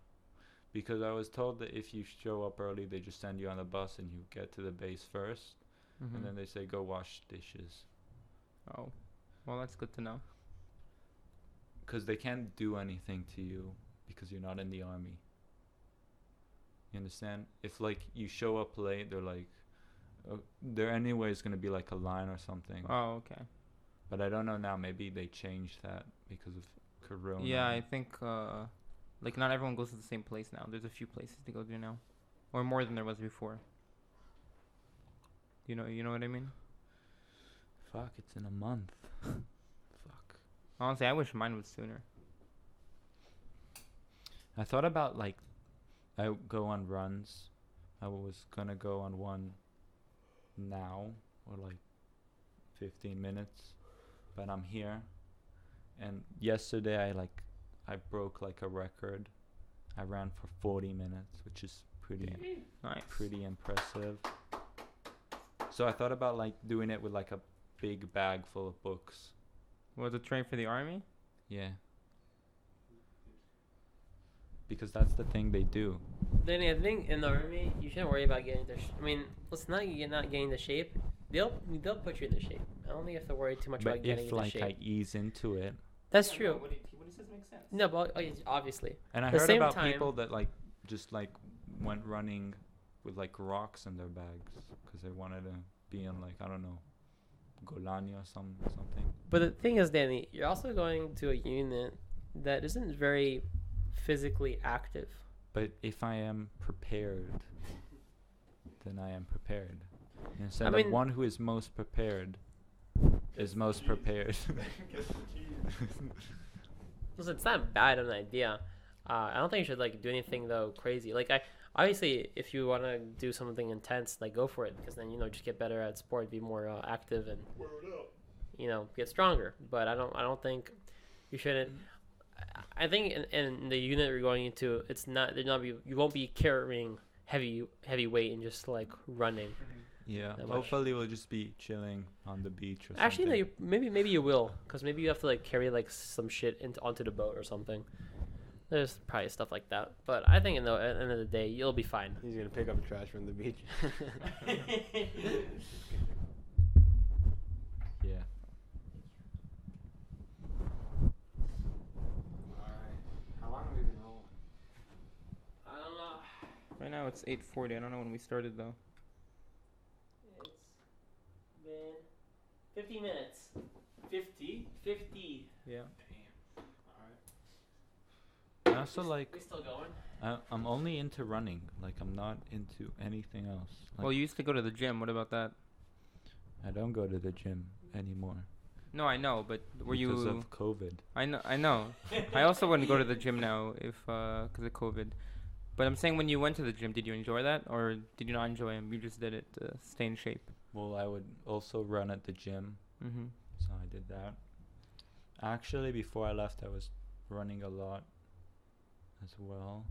Speaker 4: Because I was told that if you show up early they just send you on the bus and you get to the base 1st
Speaker 1: Mhm.
Speaker 4: and then they say go wash dishes.
Speaker 1: oh, well, that's good to know.
Speaker 4: because they can't do anything to you because you're not in the army. You understand? If like you show up late, they're like, uh, there anyway is gonna be like a line or something.
Speaker 1: Oh, okay.
Speaker 4: But I don't know now. Maybe they changed that because of Corona.
Speaker 1: Yeah, I think uh, like not everyone goes to the same place now. There's a few places to go to now, or more than there was before. You know, you know what I mean.
Speaker 4: Fuck! It's in a
Speaker 1: [laughs]
Speaker 4: month. Fuck.
Speaker 1: Honestly, I wish mine was sooner.
Speaker 4: I thought about like, I w- go on runs. I was gonna go on one now or like 15 minutes, but I'm here. And yesterday I like, I broke like a record. I ran for 40 minutes, which is pretty
Speaker 1: Nice.
Speaker 4: pretty impressive. So I thought about like doing it with like a big bag full of books.
Speaker 1: Was it train for the army?
Speaker 4: Yeah. Because that's the thing they do.
Speaker 2: Danny, I think in the army you shouldn't worry about getting the. Sh- I mean, it's not you not getting the shape. They'll they'll put you in the shape. I don't think you have to worry too much
Speaker 4: But
Speaker 2: about getting in
Speaker 4: if
Speaker 2: the
Speaker 4: like
Speaker 2: shape.
Speaker 4: I ease into it,
Speaker 2: That's true.
Speaker 1: What does make sense?
Speaker 2: No, but oh, yes, obviously.
Speaker 4: and I
Speaker 2: The
Speaker 4: heard
Speaker 2: same
Speaker 4: about
Speaker 2: time-
Speaker 4: people that like just like went running with like rocks in their bags because they wanted to be in like I don't know, Golani or some something.
Speaker 2: But the thing is, Danny, you're also going to a unit that isn't very physically active.
Speaker 4: But if I am prepared, then I am prepared. And so
Speaker 2: I
Speaker 4: the
Speaker 2: mean-
Speaker 4: one who is most prepared is most prepared. [laughs]
Speaker 2: Listen, it's not bad of an idea. Uh, I don't think you should like do anything though crazy. Like I obviously, if you want to do something intense, like go for it because then you know just get better at sport, be more uh, active, and you know get stronger. But I don't, I don't think you shouldn't. I- I think in, in the unit you're going into, it's not they're not be you won't be carrying heavy heavy weight and just like running.
Speaker 4: yeah.
Speaker 2: That much.
Speaker 4: Hopefully we'll just be chilling on the beach or
Speaker 2: Actually, no,
Speaker 4: something.
Speaker 2: you, maybe maybe you will because maybe you have to like carry like some shit into onto the boat or something. There's probably stuff like that, but I think in the at the end of the day, you'll be
Speaker 3: [laughs]
Speaker 2: fine.
Speaker 3: He's gonna pick up trash from the
Speaker 5: [laughs]
Speaker 3: beach.
Speaker 4: Yeah.
Speaker 5: Alright. How long have we been rolling?
Speaker 2: I don't know.
Speaker 1: Right now it's 8:40. I don't know when we started though.
Speaker 2: It's been 50 minutes. 50? 50.
Speaker 1: Yeah.
Speaker 5: Alright.
Speaker 4: I also like
Speaker 2: We still going?
Speaker 4: I, I'm only into running. Like I'm not into anything else. Like,
Speaker 1: Well, you used to go to the gym. What about that?
Speaker 4: I don't go to the gym anymore.
Speaker 1: No, I know, but were
Speaker 4: because
Speaker 1: you?
Speaker 4: of COVID?
Speaker 1: I know. I know. I also wouldn't go to the gym now if because of COVID. But I'm saying when you went to the gym, did you enjoy that or did you not enjoy him? You just did it to stay in shape.
Speaker 4: Well, I would also run at the gym,
Speaker 1: Mm-hmm.
Speaker 4: so I did that. Actually, before I left, I was running a lot as well.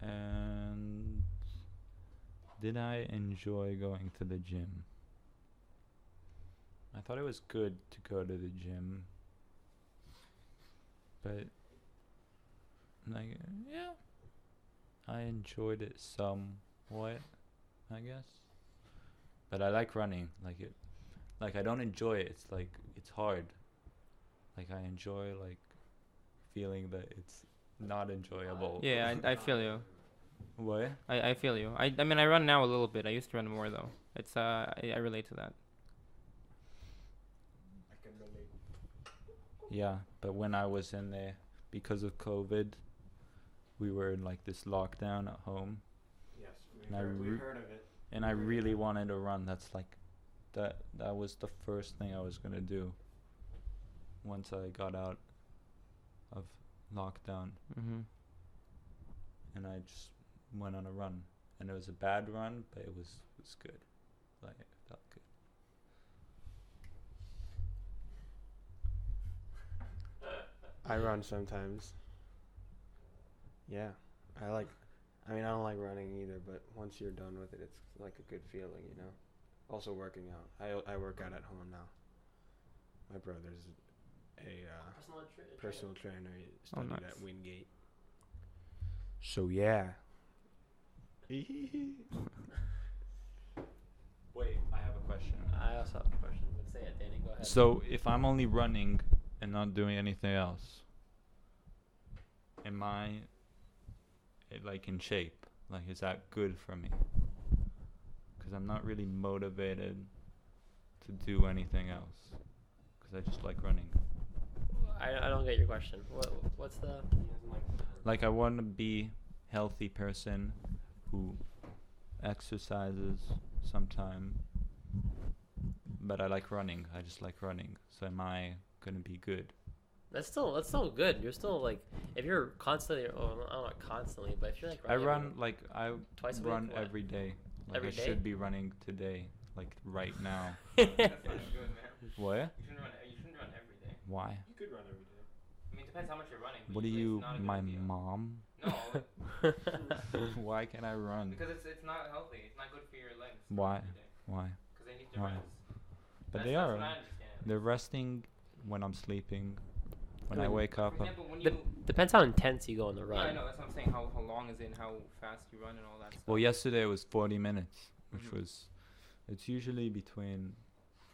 Speaker 4: And did I enjoy going to the gym? I thought it was good to go to the gym. But like yeah. I enjoyed it somewhat, I guess. But I like running. Like it like I don't enjoy it. It's like it's hard. Like I enjoy like feeling that it's not enjoyable.
Speaker 1: Yeah, I, I feel you.
Speaker 4: [laughs] What?
Speaker 1: I, I feel you. I, I mean, I run now a little bit. I used to run more though. It's uh, I, I relate to that.
Speaker 5: I can relate.
Speaker 4: Yeah, but when I was in there because of COVID, we were in like this lockdown at home,
Speaker 5: Yes, we
Speaker 4: And I
Speaker 5: heard, we
Speaker 4: re-
Speaker 5: heard of it.
Speaker 4: and I
Speaker 5: Mhm.
Speaker 4: really wanted to run. That's like, that that was the first thing I was gonna do. Once I got out of lockdown,
Speaker 1: [laughs] Mm-hmm.
Speaker 4: and I just went on a run, and it was a bad run, but it was it was good. Like it felt good.
Speaker 3: I run sometimes. Yeah, I like. I mean, I don't like running either, but once you're done with it, it's like a good feeling, you know. Also working out. I I work out at home now. My brother's a uh,
Speaker 2: Personal tra- trainer.
Speaker 3: personal trainer. He
Speaker 1: Oh,
Speaker 3: studied
Speaker 1: nice.
Speaker 3: at Wingate. So yeah.
Speaker 4: [laughs] Wait, I have a question.
Speaker 2: I also have a question, but say it, Danny. Go ahead.
Speaker 4: So if I'm only running and not doing anything else, am I eh, like in shape? Like, is that good for me? Because I'm not really motivated to do anything else. Because I just like running.
Speaker 2: I, I don't get your question. What What's the.
Speaker 5: He doesn't like the word.
Speaker 4: Like, I want to be healthy person who exercises sometime, but I like running. I just like running. So am I gonna be good?
Speaker 2: That's still that's still good. You're still like if you're constantly oh I don't know constantly, but if you're like
Speaker 4: I
Speaker 2: running every-
Speaker 4: run like I
Speaker 2: Twice a week,
Speaker 4: run
Speaker 2: what?
Speaker 4: every day. Like
Speaker 2: Every
Speaker 4: I
Speaker 2: day?
Speaker 4: should be running today, like right
Speaker 1: [laughs]
Speaker 4: now.
Speaker 2: [laughs]
Speaker 1: That's not good, man.
Speaker 4: what?
Speaker 1: You shouldn't run. You shouldn't run every day.
Speaker 4: Why?
Speaker 5: You could run every day.
Speaker 1: I mean, it depends how much you're running. but
Speaker 4: What are
Speaker 1: usually it's
Speaker 4: you,
Speaker 1: not a good
Speaker 4: my
Speaker 1: idea.
Speaker 2: [laughs]
Speaker 4: mom?
Speaker 1: No, [laughs]
Speaker 4: [laughs] Why can I run?
Speaker 1: because it's it's not healthy. It's not good for your legs. to run
Speaker 4: Why?
Speaker 1: every day,
Speaker 4: Why?
Speaker 1: 'cause they need to
Speaker 4: Why?
Speaker 1: rest.
Speaker 4: But
Speaker 1: That's-
Speaker 4: they
Speaker 1: that's
Speaker 4: are.
Speaker 1: what I understand.
Speaker 4: They're resting when I'm sleeping. When I
Speaker 3: Good.
Speaker 4: wake
Speaker 1: For
Speaker 4: up, I'm-
Speaker 1: example, when you
Speaker 2: Dep- depends how intense you go on the
Speaker 1: yeah, I
Speaker 2: run.
Speaker 1: know. That's what I'm saying. How how long is it? And how fast you run and all that stuff.
Speaker 4: Well, yesterday it was 40 minutes, which
Speaker 1: Mhm.
Speaker 4: was, it's usually between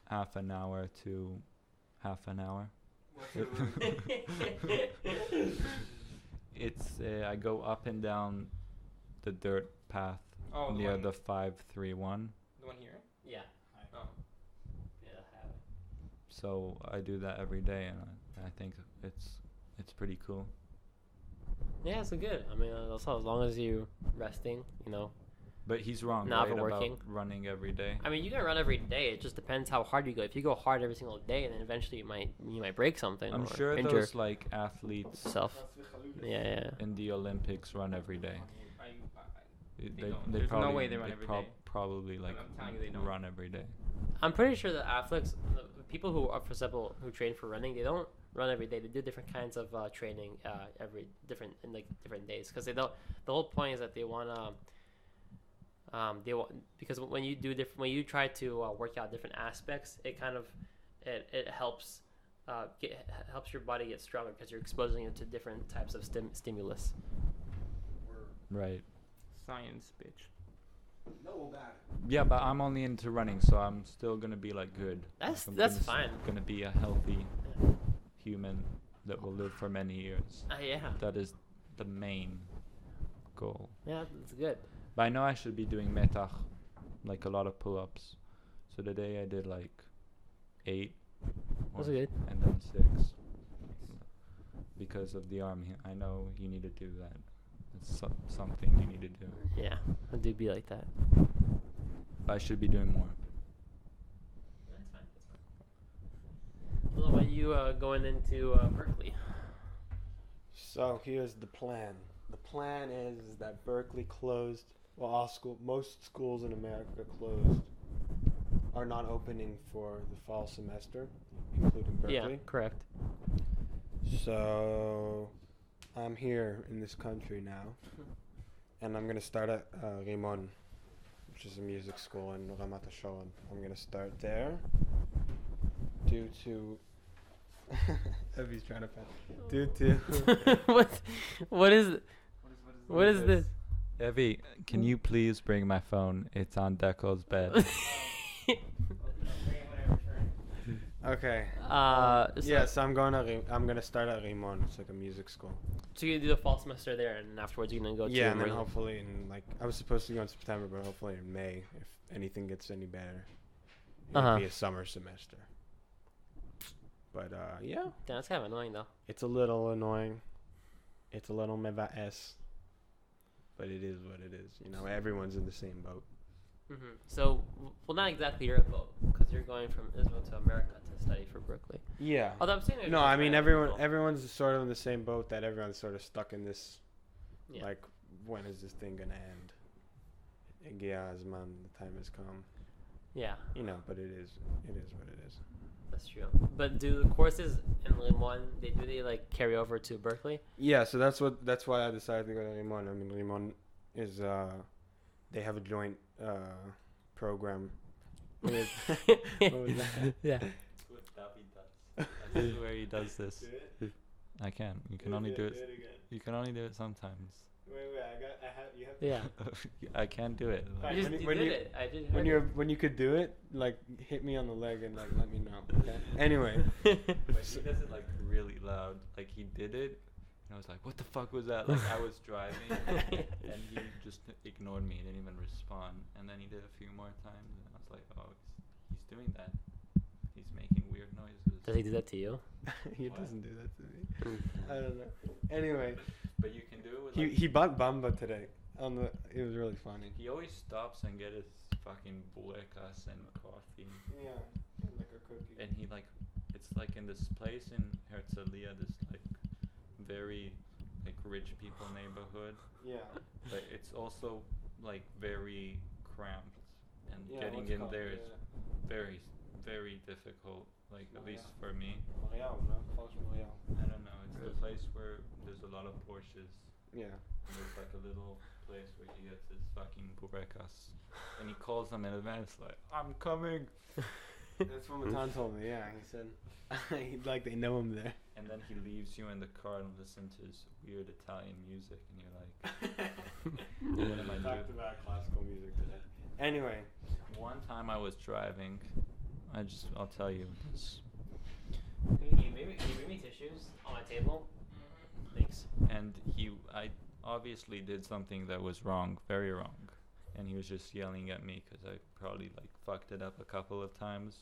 Speaker 4: half an hour to half an hour.
Speaker 5: What's your route?
Speaker 4: It's, uh, I go up and down the dirt path
Speaker 1: Oh, the
Speaker 4: near
Speaker 1: one-
Speaker 4: the 531.
Speaker 1: The one here.
Speaker 2: yeah.
Speaker 1: Oh.
Speaker 2: Yeah. have it.
Speaker 4: So I do that every day, and I, I think it's, it's pretty cool.
Speaker 2: Yeah, it's good. I mean, uh, also as long as you resting, you know.
Speaker 4: But he's wrong,
Speaker 2: Not
Speaker 4: right,
Speaker 2: for working.
Speaker 4: about running every day.
Speaker 2: I mean, you can run every day. It just depends how hard you go. If you go hard every single day, then eventually you might you might break something
Speaker 4: I'm
Speaker 2: or
Speaker 4: sure
Speaker 2: injure
Speaker 4: those, like, athletes
Speaker 2: yourself.
Speaker 5: That's the Khalil.
Speaker 2: Yeah, yeah. yeah.
Speaker 4: in the Olympics run every day.
Speaker 1: I, I,
Speaker 4: It-
Speaker 1: They
Speaker 4: They,
Speaker 1: don't.
Speaker 4: they
Speaker 1: There's no
Speaker 4: probably,
Speaker 1: way they run every
Speaker 4: prob-
Speaker 1: day.
Speaker 4: Probably like
Speaker 1: I'm telling you they don't.
Speaker 4: run every day.
Speaker 2: I'm pretty sure the athletes, the the people who are, for example, who train for running, they don't run every day. They do different kinds of uh, training uh, every different in like different days because they don't. The whole point is that they want to. Um, they want because when you do different, when you try to uh, work out different aspects, it kind of, it, it helps
Speaker 7: uh, get, h- helps your body get stronger because you're exposing it to different types of stim- stimulus.
Speaker 5: We're
Speaker 4: Right.
Speaker 1: Science, bitch. [laughs]
Speaker 5: know about it.
Speaker 4: Yeah, but I'm only into running, so I'm still gonna be like good. Like,
Speaker 7: That's-
Speaker 4: I'm
Speaker 7: that's
Speaker 4: gonna s-
Speaker 7: fine.
Speaker 4: Gonna be a healthy human that will live for many years.
Speaker 7: Uh, yeah,
Speaker 4: That is the main goal.
Speaker 7: yeah, that's good.
Speaker 4: But I know I should be doing metach, like a lot of pull-ups. So today I did like eight.
Speaker 7: That's
Speaker 4: or-
Speaker 7: good.
Speaker 4: And then six. Because of the army, I know you need to do that. It's so- something you need to do.
Speaker 7: Yeah, I do be like that.
Speaker 4: But I should be doing more.
Speaker 2: That's fine. That's fine.
Speaker 7: Well, when you uh, going into uh, Berkeley?
Speaker 3: So here's the plan. The plan is, is that Berkeley closed. Well, all school, most schools in America closed, are not opening for the fall semester, including
Speaker 7: Yeah,
Speaker 3: Berkeley.
Speaker 7: correct.
Speaker 3: So I'm here in this country now, and I'm gonna start at uh, Rimon, which is a music school in Ramat HaSharon. I'm gonna start there due to. [laughs] Evie's trying to find. Due
Speaker 7: [laughs]
Speaker 3: to.
Speaker 7: what? What is? Uh,
Speaker 1: What is what is
Speaker 7: What [laughs] is this?
Speaker 4: Evie, can you please bring my phone? It's on
Speaker 7: [laughs]
Speaker 4: Deco's bed.
Speaker 3: okay.
Speaker 7: Uh,
Speaker 3: Yes, I'm going to. Ri- I'm gonna start at Rimon. It's like a music school.
Speaker 7: So you do the fall semester there, and afterwards you're gonna go
Speaker 3: yeah,
Speaker 7: to
Speaker 3: and then
Speaker 7: Merlin.
Speaker 3: hopefully in like I was supposed to go in September, but hopefully in May, if anything gets any better, it'll
Speaker 7: Uh-huh.
Speaker 3: be a summer semester. But uh, yeah,
Speaker 7: Damn, that's kind of annoying though.
Speaker 3: it's a little annoying. It's a little meva s. But it is what it is. You know, everyone's in the same boat.
Speaker 7: Mm-hmm. So, w- well, not exactly your fault because you're going from Israel to America to study for Berkeley.
Speaker 3: Yeah.
Speaker 7: Although I'm saying there's
Speaker 3: No, I mean
Speaker 7: Israeli
Speaker 3: everyone. e-
Speaker 7: people.
Speaker 3: Everyone's sort of in the same boat that everyone's sort of stuck in this.
Speaker 7: Yeah.
Speaker 3: Like, when is this thing gonna end? Agia Azman, the time has come.
Speaker 7: yeah,
Speaker 3: You know, but it is. It is what it is.
Speaker 7: that's true. But do the courses in Limon they do they like carry over to Berkeley?
Speaker 3: Yeah, so that's what that's why I decided to go to Rimon. I mean, Rimon is uh, they have a joint uh, program.
Speaker 7: [laughs]
Speaker 3: with- what was that?
Speaker 7: yeah.
Speaker 6: With Davi does.
Speaker 4: I swear he does this.
Speaker 5: Do it.
Speaker 4: I can't. You can
Speaker 5: Do
Speaker 4: only do
Speaker 5: Do
Speaker 4: it.
Speaker 5: it again.
Speaker 4: You can only do it sometimes.
Speaker 5: Wait, wait. I got. I have. You have.
Speaker 7: Yeah.
Speaker 4: [laughs] I can't do it.
Speaker 7: I
Speaker 5: Fine,
Speaker 7: just
Speaker 3: when you-
Speaker 7: did
Speaker 3: when you-
Speaker 7: it. I just
Speaker 3: When
Speaker 7: heard
Speaker 3: you when you could do it, like hit me on the leg and like let me
Speaker 7: [laughs]
Speaker 3: know. Okay? Anyway, [laughs]
Speaker 7: it.
Speaker 4: But he does it like really loud. Like he did it, and I was like, "What the fuck was that?" Like I was
Speaker 7: [laughs]
Speaker 4: driving, and he just ignored me. He didn't even respond. And then he did a few more times, and I was like, "Oh, he's, he's doing that. He's making weird noises."
Speaker 7: Does he do that to [laughs] you?
Speaker 3: he
Speaker 4: What?
Speaker 3: doesn't do that to me.
Speaker 7: [laughs]
Speaker 3: I don't know. Anyway,
Speaker 4: But you can do it with.
Speaker 3: he
Speaker 4: like,
Speaker 3: he bought Bamba today. On the it was really funny.
Speaker 4: he always stops and gets his fucking bulecas and coffee,
Speaker 3: Yeah, like a cookie.
Speaker 4: and he like, it's like in this place in Herzliya, this like very like rich people neighborhood.
Speaker 3: yeah.
Speaker 4: but it's also like very cramped and
Speaker 3: yeah
Speaker 4: getting
Speaker 3: what's it
Speaker 4: in
Speaker 3: called?
Speaker 4: there is
Speaker 3: Yeah.
Speaker 4: very very difficult like
Speaker 3: Oh,
Speaker 4: at
Speaker 3: yeah.
Speaker 4: least for me
Speaker 3: Montreal, no? Close Montreal.
Speaker 4: i don't know it's
Speaker 7: Really?
Speaker 4: the place where there's a lot of porsches
Speaker 3: Yeah.
Speaker 4: and there's like a little place where he gets his fucking burecas and he calls them in advance like i'm coming
Speaker 3: [laughs] That's what Matan told me. Yeah, he said [laughs] he'd like they know him there.
Speaker 4: and then he leaves you in the car and listens to his weird italian music and you're like [laughs]
Speaker 3: [laughs]
Speaker 4: what am i doing
Speaker 5: Talked about classical music today.
Speaker 3: Anyway,
Speaker 4: one time i was driving i just i'll tell you this
Speaker 7: Can you bring me, can you bring me tissues on my table? Thanks.
Speaker 4: and he i obviously did something that was wrong very wrong and he was just yelling at me because i probably like fucked it up a couple of times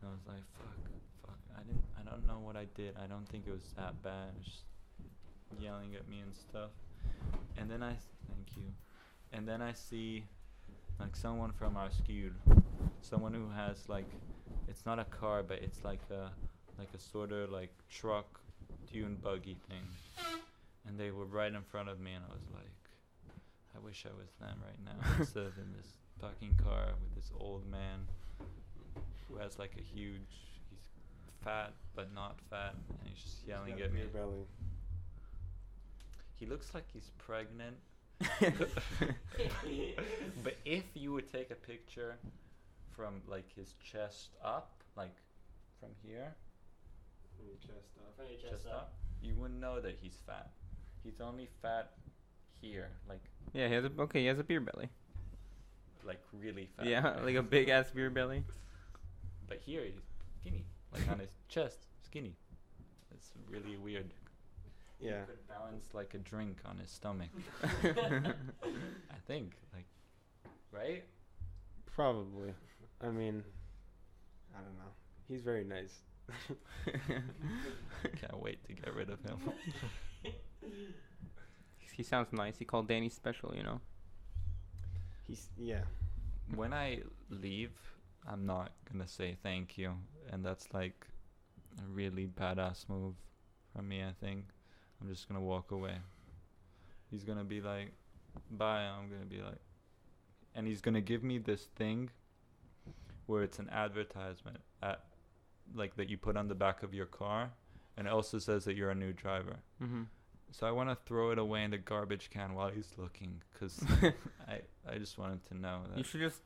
Speaker 4: and i was like fuck fuck i didn't i don't know what i did i don't think it was that bad and just yelling at me and stuff and then i s- thank you and then i see like someone from our skewed someone who has like it's not a car but it's like a like a sort of like truck dune buggy thing and they were right in front of me, and I was like, I wish I was them right now [laughs] instead of in this fucking car with this old man who has like a huge, he's fat but not fat, and he's just yelling at me.
Speaker 3: Your belly.
Speaker 4: He looks like he's pregnant. but if you would take a picture from like his chest up, like from here,
Speaker 5: from your chest up.
Speaker 7: From your chest,
Speaker 4: Just
Speaker 7: up.
Speaker 4: up. You wouldn't know that he's fat. He's only fat here, like
Speaker 1: Yeah, he has a okay. He has a beer belly.
Speaker 4: like really fat.
Speaker 1: Yeah, [laughs] like a big ass beer
Speaker 4: [laughs]
Speaker 1: belly.
Speaker 4: But here he's skinny, like on his [laughs] chest, skinny. It's really weird.
Speaker 3: Yeah.
Speaker 4: He could balance like a drink on his stomach. I think, like, right?
Speaker 3: Probably. I mean, I don't know. He's very
Speaker 4: [laughs]
Speaker 3: nice. [laughs]
Speaker 4: Can't wait to get rid of [laughs] him.
Speaker 1: [laughs] he sounds nice. He called Danny special, you know.
Speaker 3: He's yeah.
Speaker 4: when I leave, I'm not gonna say thank you, and that's like a really badass move from me. I think I'm just gonna walk away. He's gonna be like, "Bye." I'm gonna be like, and he's gonna give me this thing where it's an advertisement at like that you put on the back of your car, and it also says that you're a new driver.
Speaker 1: [laughs] Mm-hmm.
Speaker 4: So I want to throw it away in the garbage can while he's looking, cause
Speaker 1: [laughs]
Speaker 4: I I just want him to know that.
Speaker 1: You should just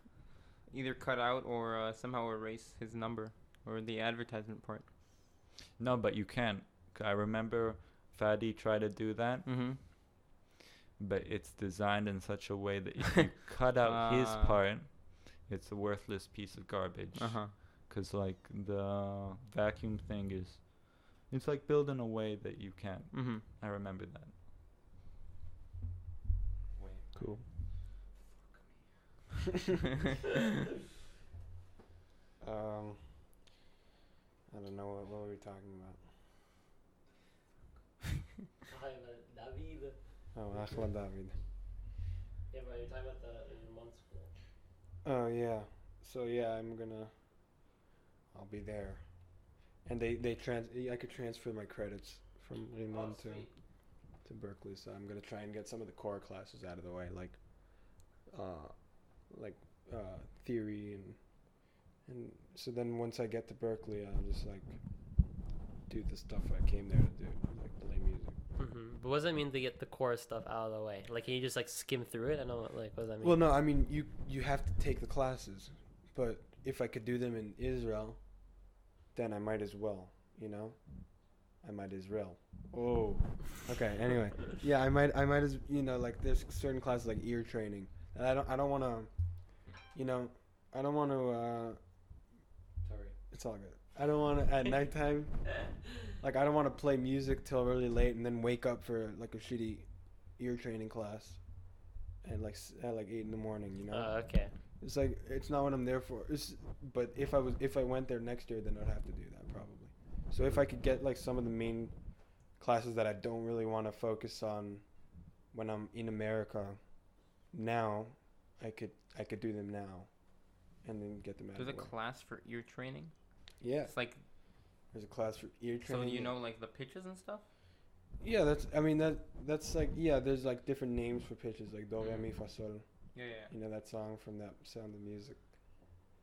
Speaker 1: either cut out or uh, somehow erase his number or the advertisement part.
Speaker 4: No, but you can't. C- I remember Fadi tried to do that,
Speaker 1: Mm-hmm.
Speaker 4: but it's designed in such a way that if you cut out his
Speaker 1: Ah.
Speaker 4: part, it's a worthless piece of garbage.
Speaker 1: Uh huh.
Speaker 4: Cause like the vacuum thing is, it's like built in a way that you can't.
Speaker 1: Mm-hmm.
Speaker 4: I remember that.
Speaker 5: Wait.
Speaker 3: Cool.
Speaker 1: Mm-hmm. [laughs]
Speaker 3: um, I don't know what, what were we talking about.
Speaker 7: Talking about David.
Speaker 3: Oh, Ahla David.
Speaker 7: Yeah, bro, you're talking about the in one school.
Speaker 3: Oh yeah. So yeah, I'm gonna. I'll be there, and they they trans. I could transfer my credits from Rimon to to Berkeley, so I'm gonna try and get some of the core classes out of the way, like, uh, like uh, theory and and so then once I get to Berkeley, I'll just like do the stuff I came there to do, like play music.
Speaker 7: Mm-hmm. But what does that mean to get the core stuff out of the way? Like, can you just like skim through it? I don't like what does that mean. [laughs]
Speaker 3: Well, no, I mean you you have to take the classes, but if I could do them in Israel, then I might as well, you know. I might Israel. Oh. Okay. Anyway, yeah, I might I might as you know like there's certain classes like ear training, and I don't I don't want to, you know, I don't want to. uh Sorry. It's all good. I don't want to at nighttime. Like I don't want to play music till really late and then wake up for like a shitty ear training class, and like s- at like eight in the morning, you know.
Speaker 7: Uh, okay.
Speaker 3: It's like it's not what I'm there for. It's, but if I was if I went there next year, then I'd have to do that probably. So if I could get like some of the main classes that I don't really want to focus on when I'm in America now, I could I could do them now, and then get them out.
Speaker 1: There's a
Speaker 3: of the way.
Speaker 1: class for ear training.
Speaker 3: yeah,
Speaker 1: It's like
Speaker 3: there's a class for ear
Speaker 1: so
Speaker 3: training.
Speaker 1: you know like the pitches and stuff.
Speaker 3: Yeah, that's I mean that that's like yeah. There's like different names for pitches like do re
Speaker 7: Mm-hmm.
Speaker 3: mi fa sol.
Speaker 1: Yeah, yeah. yeah.
Speaker 3: You know that song from that Sound of Music.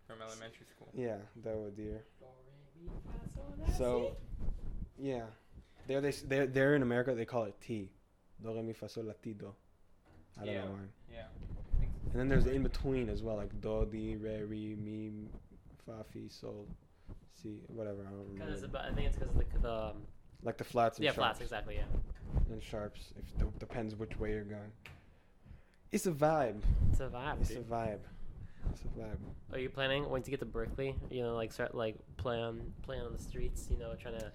Speaker 1: From elementary school.
Speaker 3: Yeah, do dear. So, yeah, there they they they're in America. They call it T, do re mi fa sol la ti do. I don't
Speaker 1: Yeah.
Speaker 3: know why.
Speaker 1: Yeah.
Speaker 3: And then there's the in between as well, like do di re re mi fa fi sol, si whatever. I don't
Speaker 7: Because it's
Speaker 3: remember.
Speaker 7: about, I think it's because of the, the um,
Speaker 3: Like the flats and
Speaker 7: yeah
Speaker 3: sharps
Speaker 7: flats exactly. Yeah.
Speaker 3: and sharps. If d- depends which way you're going. It's a vibe.
Speaker 7: It's a vibe.
Speaker 3: It's
Speaker 7: dude.
Speaker 3: a vibe. It's a vibe.
Speaker 7: Are you planning once you get to Berkeley? You know, like start like play on playing on the streets. You know, trying to.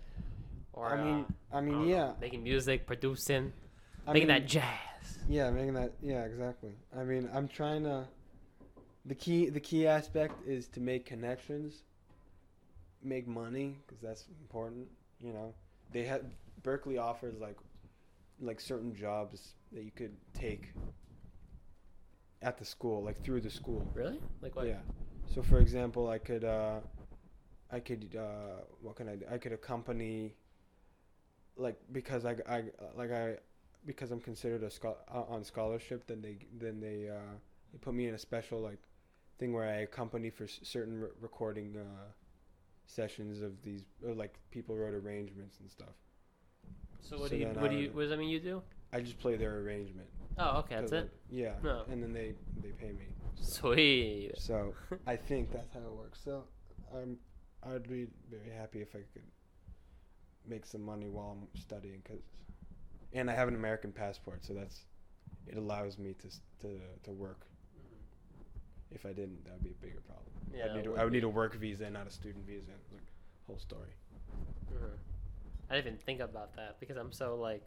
Speaker 7: Or
Speaker 3: I mean,
Speaker 7: uh,
Speaker 3: I mean,
Speaker 7: don't know,
Speaker 3: yeah.
Speaker 7: making music, producing,
Speaker 3: I
Speaker 7: making
Speaker 3: mean-
Speaker 7: that jazz.
Speaker 3: Yeah, making that. Yeah, exactly. I mean, I'm trying to. The key, the key aspect is to make connections, make money, because that's important. You know, they had Berkeley offers like, like certain jobs that you could take. At the school, like through the school.
Speaker 7: Really? Like what?
Speaker 3: Yeah. So for example, I could, uh, I could, uh, what can I do? I could accompany, like because I, I like I, because I'm considered a scho- uh, on scholarship, then they then they uh, they put me in a special like thing where I accompany for s- certain re- recording uh, sessions of these or, like people wrote arrangements and stuff.
Speaker 7: So what
Speaker 3: So
Speaker 7: do you
Speaker 3: then
Speaker 7: what do
Speaker 3: I
Speaker 7: you
Speaker 3: would-
Speaker 7: what does that mean you do?
Speaker 3: I just play their arrangement.
Speaker 7: Oh, okay, that's
Speaker 3: 'cause I-
Speaker 7: it.
Speaker 3: Yeah.
Speaker 7: No.
Speaker 3: And then they they pay me.
Speaker 7: Sweet.
Speaker 2: [laughs]
Speaker 3: So I think that's how it works. So I'm I'd be very happy if I could make some money while I'm studying, cause, and I have an American passport, so that's it allows me to s- to to work. If I didn't, that would be a bigger problem.
Speaker 2: Yeah,
Speaker 3: I'd need
Speaker 2: it
Speaker 3: a,
Speaker 2: would
Speaker 3: I would
Speaker 2: be.
Speaker 3: need a work visa, not a student visa. It's like, whole story.
Speaker 7: mm-hmm.
Speaker 2: Mhm. I didn't even think about that because I'm so like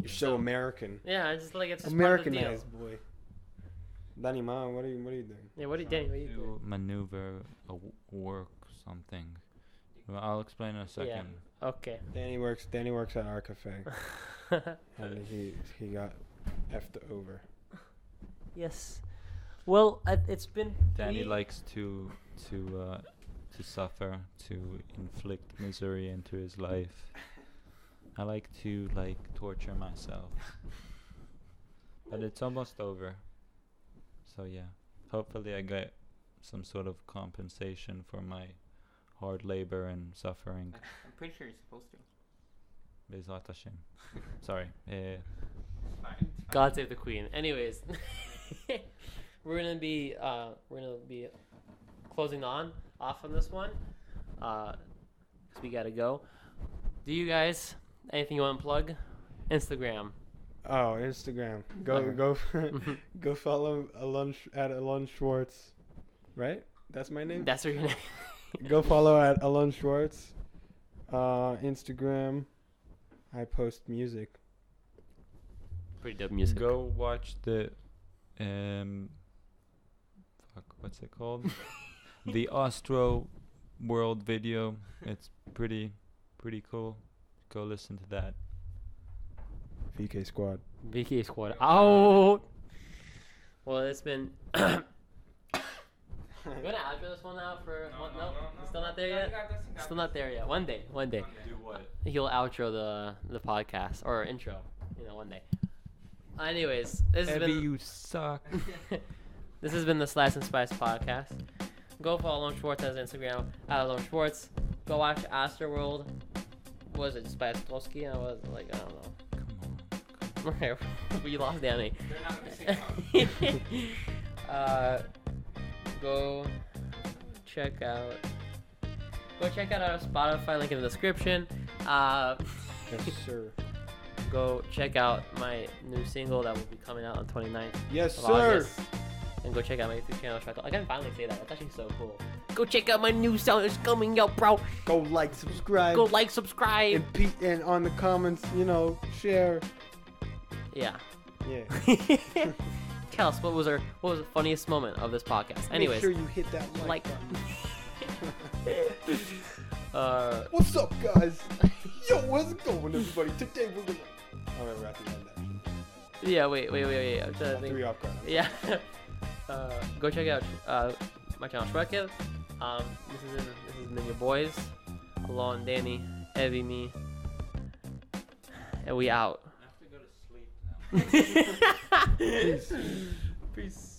Speaker 3: You're so,
Speaker 2: So-
Speaker 3: American,
Speaker 2: yeah, it's just like it's just part of the deal.
Speaker 3: Americanized boy. Danny Ma, what are you what are you doing?
Speaker 2: Yeah, what do you, Danny? What do you
Speaker 4: to
Speaker 2: do?
Speaker 4: maneuver a w- work something. Well, I'll explain in a second.
Speaker 2: Okay.
Speaker 3: Danny works Danny works at our cafe,
Speaker 2: [laughs]
Speaker 7: [laughs]
Speaker 3: and he he got effed over.
Speaker 2: yes. Well, I, it's been
Speaker 4: Danny
Speaker 2: we-
Speaker 4: likes to to uh, to suffer, to inflict misery into his life. I like to like torture myself, but it's almost over. So yeah, hopefully I get some sort of compensation for my hard labor and suffering.
Speaker 1: I'm pretty sure you're supposed to.
Speaker 4: Bezrat Hashem. Sorry. eh,
Speaker 8: It's fine, it's fine.
Speaker 2: God save the queen. Anyways, [laughs] we're gonna be uh, we're gonna be closing on off on this one because we gotta go. Do you guys anything you want to plug? Instagram.
Speaker 3: Oh, Instagram. Go
Speaker 2: Okay. Mm-hmm.
Speaker 3: go [laughs] go follow Alon Sh- at Alon Schwartz, right? That's my name.
Speaker 2: That's what your name.
Speaker 3: go follow at Alon Schwartz. Uh, Instagram. I post music.
Speaker 2: [laughs] Pretty dope music.
Speaker 4: Go watch the um fuck, what's it called? the Astro World video. It's pretty pretty cool. Go listen to that.
Speaker 3: VK Squad.
Speaker 2: Vicky Squad out. Well, it's been. you
Speaker 3: [laughs]
Speaker 2: wanna outro this one out for?
Speaker 1: No,
Speaker 2: one,
Speaker 1: no,
Speaker 2: no,
Speaker 1: no, no,
Speaker 2: still not there
Speaker 1: no, you
Speaker 2: yet.
Speaker 1: got this, you got
Speaker 2: Still not there yet. One day. One day.
Speaker 4: Do what?
Speaker 2: he'll outro the the podcast or intro, you know, one day. Anyways, this has
Speaker 4: Abby,
Speaker 2: been
Speaker 4: you suck.
Speaker 2: [laughs]
Speaker 1: [laughs]
Speaker 2: this has been the Slice and Spice podcast. Go follow Alone Schwartz on Instagram at Alone Schwartz. Go watch Astroworld. Was it Spice Polsky? I was like, I don't know.
Speaker 4: Come on.
Speaker 2: Okay, [laughs] we lost Danny.
Speaker 1: They're not gonna say no.
Speaker 2: [laughs] uh, go check out. Go check out our Spotify link in the description. Uh,
Speaker 3: Yes, sir.
Speaker 2: go check out my new single that will be coming out on 29th of
Speaker 3: Yes, sir.
Speaker 2: August. And go check out my YouTube channel. Shrek- I can finally say that. That's actually so cool. Go check out my new song. It's coming out, bro.
Speaker 3: Go like, subscribe,
Speaker 2: Go like, subscribe.
Speaker 3: and pe- and on the comments, you know, share. [laughs]
Speaker 2: Yeah.
Speaker 3: Yeah.
Speaker 2: Tell us what was our what was the funniest moment of this podcast.
Speaker 3: Make
Speaker 2: Anyways,
Speaker 3: sure you hit that
Speaker 2: like.
Speaker 3: like. button.
Speaker 2: uh,
Speaker 3: What's up, guys? [laughs] Yo, what's going, everybody? Today we're gonna. All right, we're at the end. Actually.
Speaker 2: yeah. Wait. Wait. Wait. Wait. I'm trying to
Speaker 3: I threw
Speaker 2: think.
Speaker 3: you off guard.
Speaker 2: Yeah. [laughs] Uh, go check out uh, my channel Shrekhead. Um, this is in, this has been your boys, Alon, Danny, Evie, me, and we out. [laughs]
Speaker 1: [laughs]
Speaker 8: I have to go to sleep now.
Speaker 2: Peace.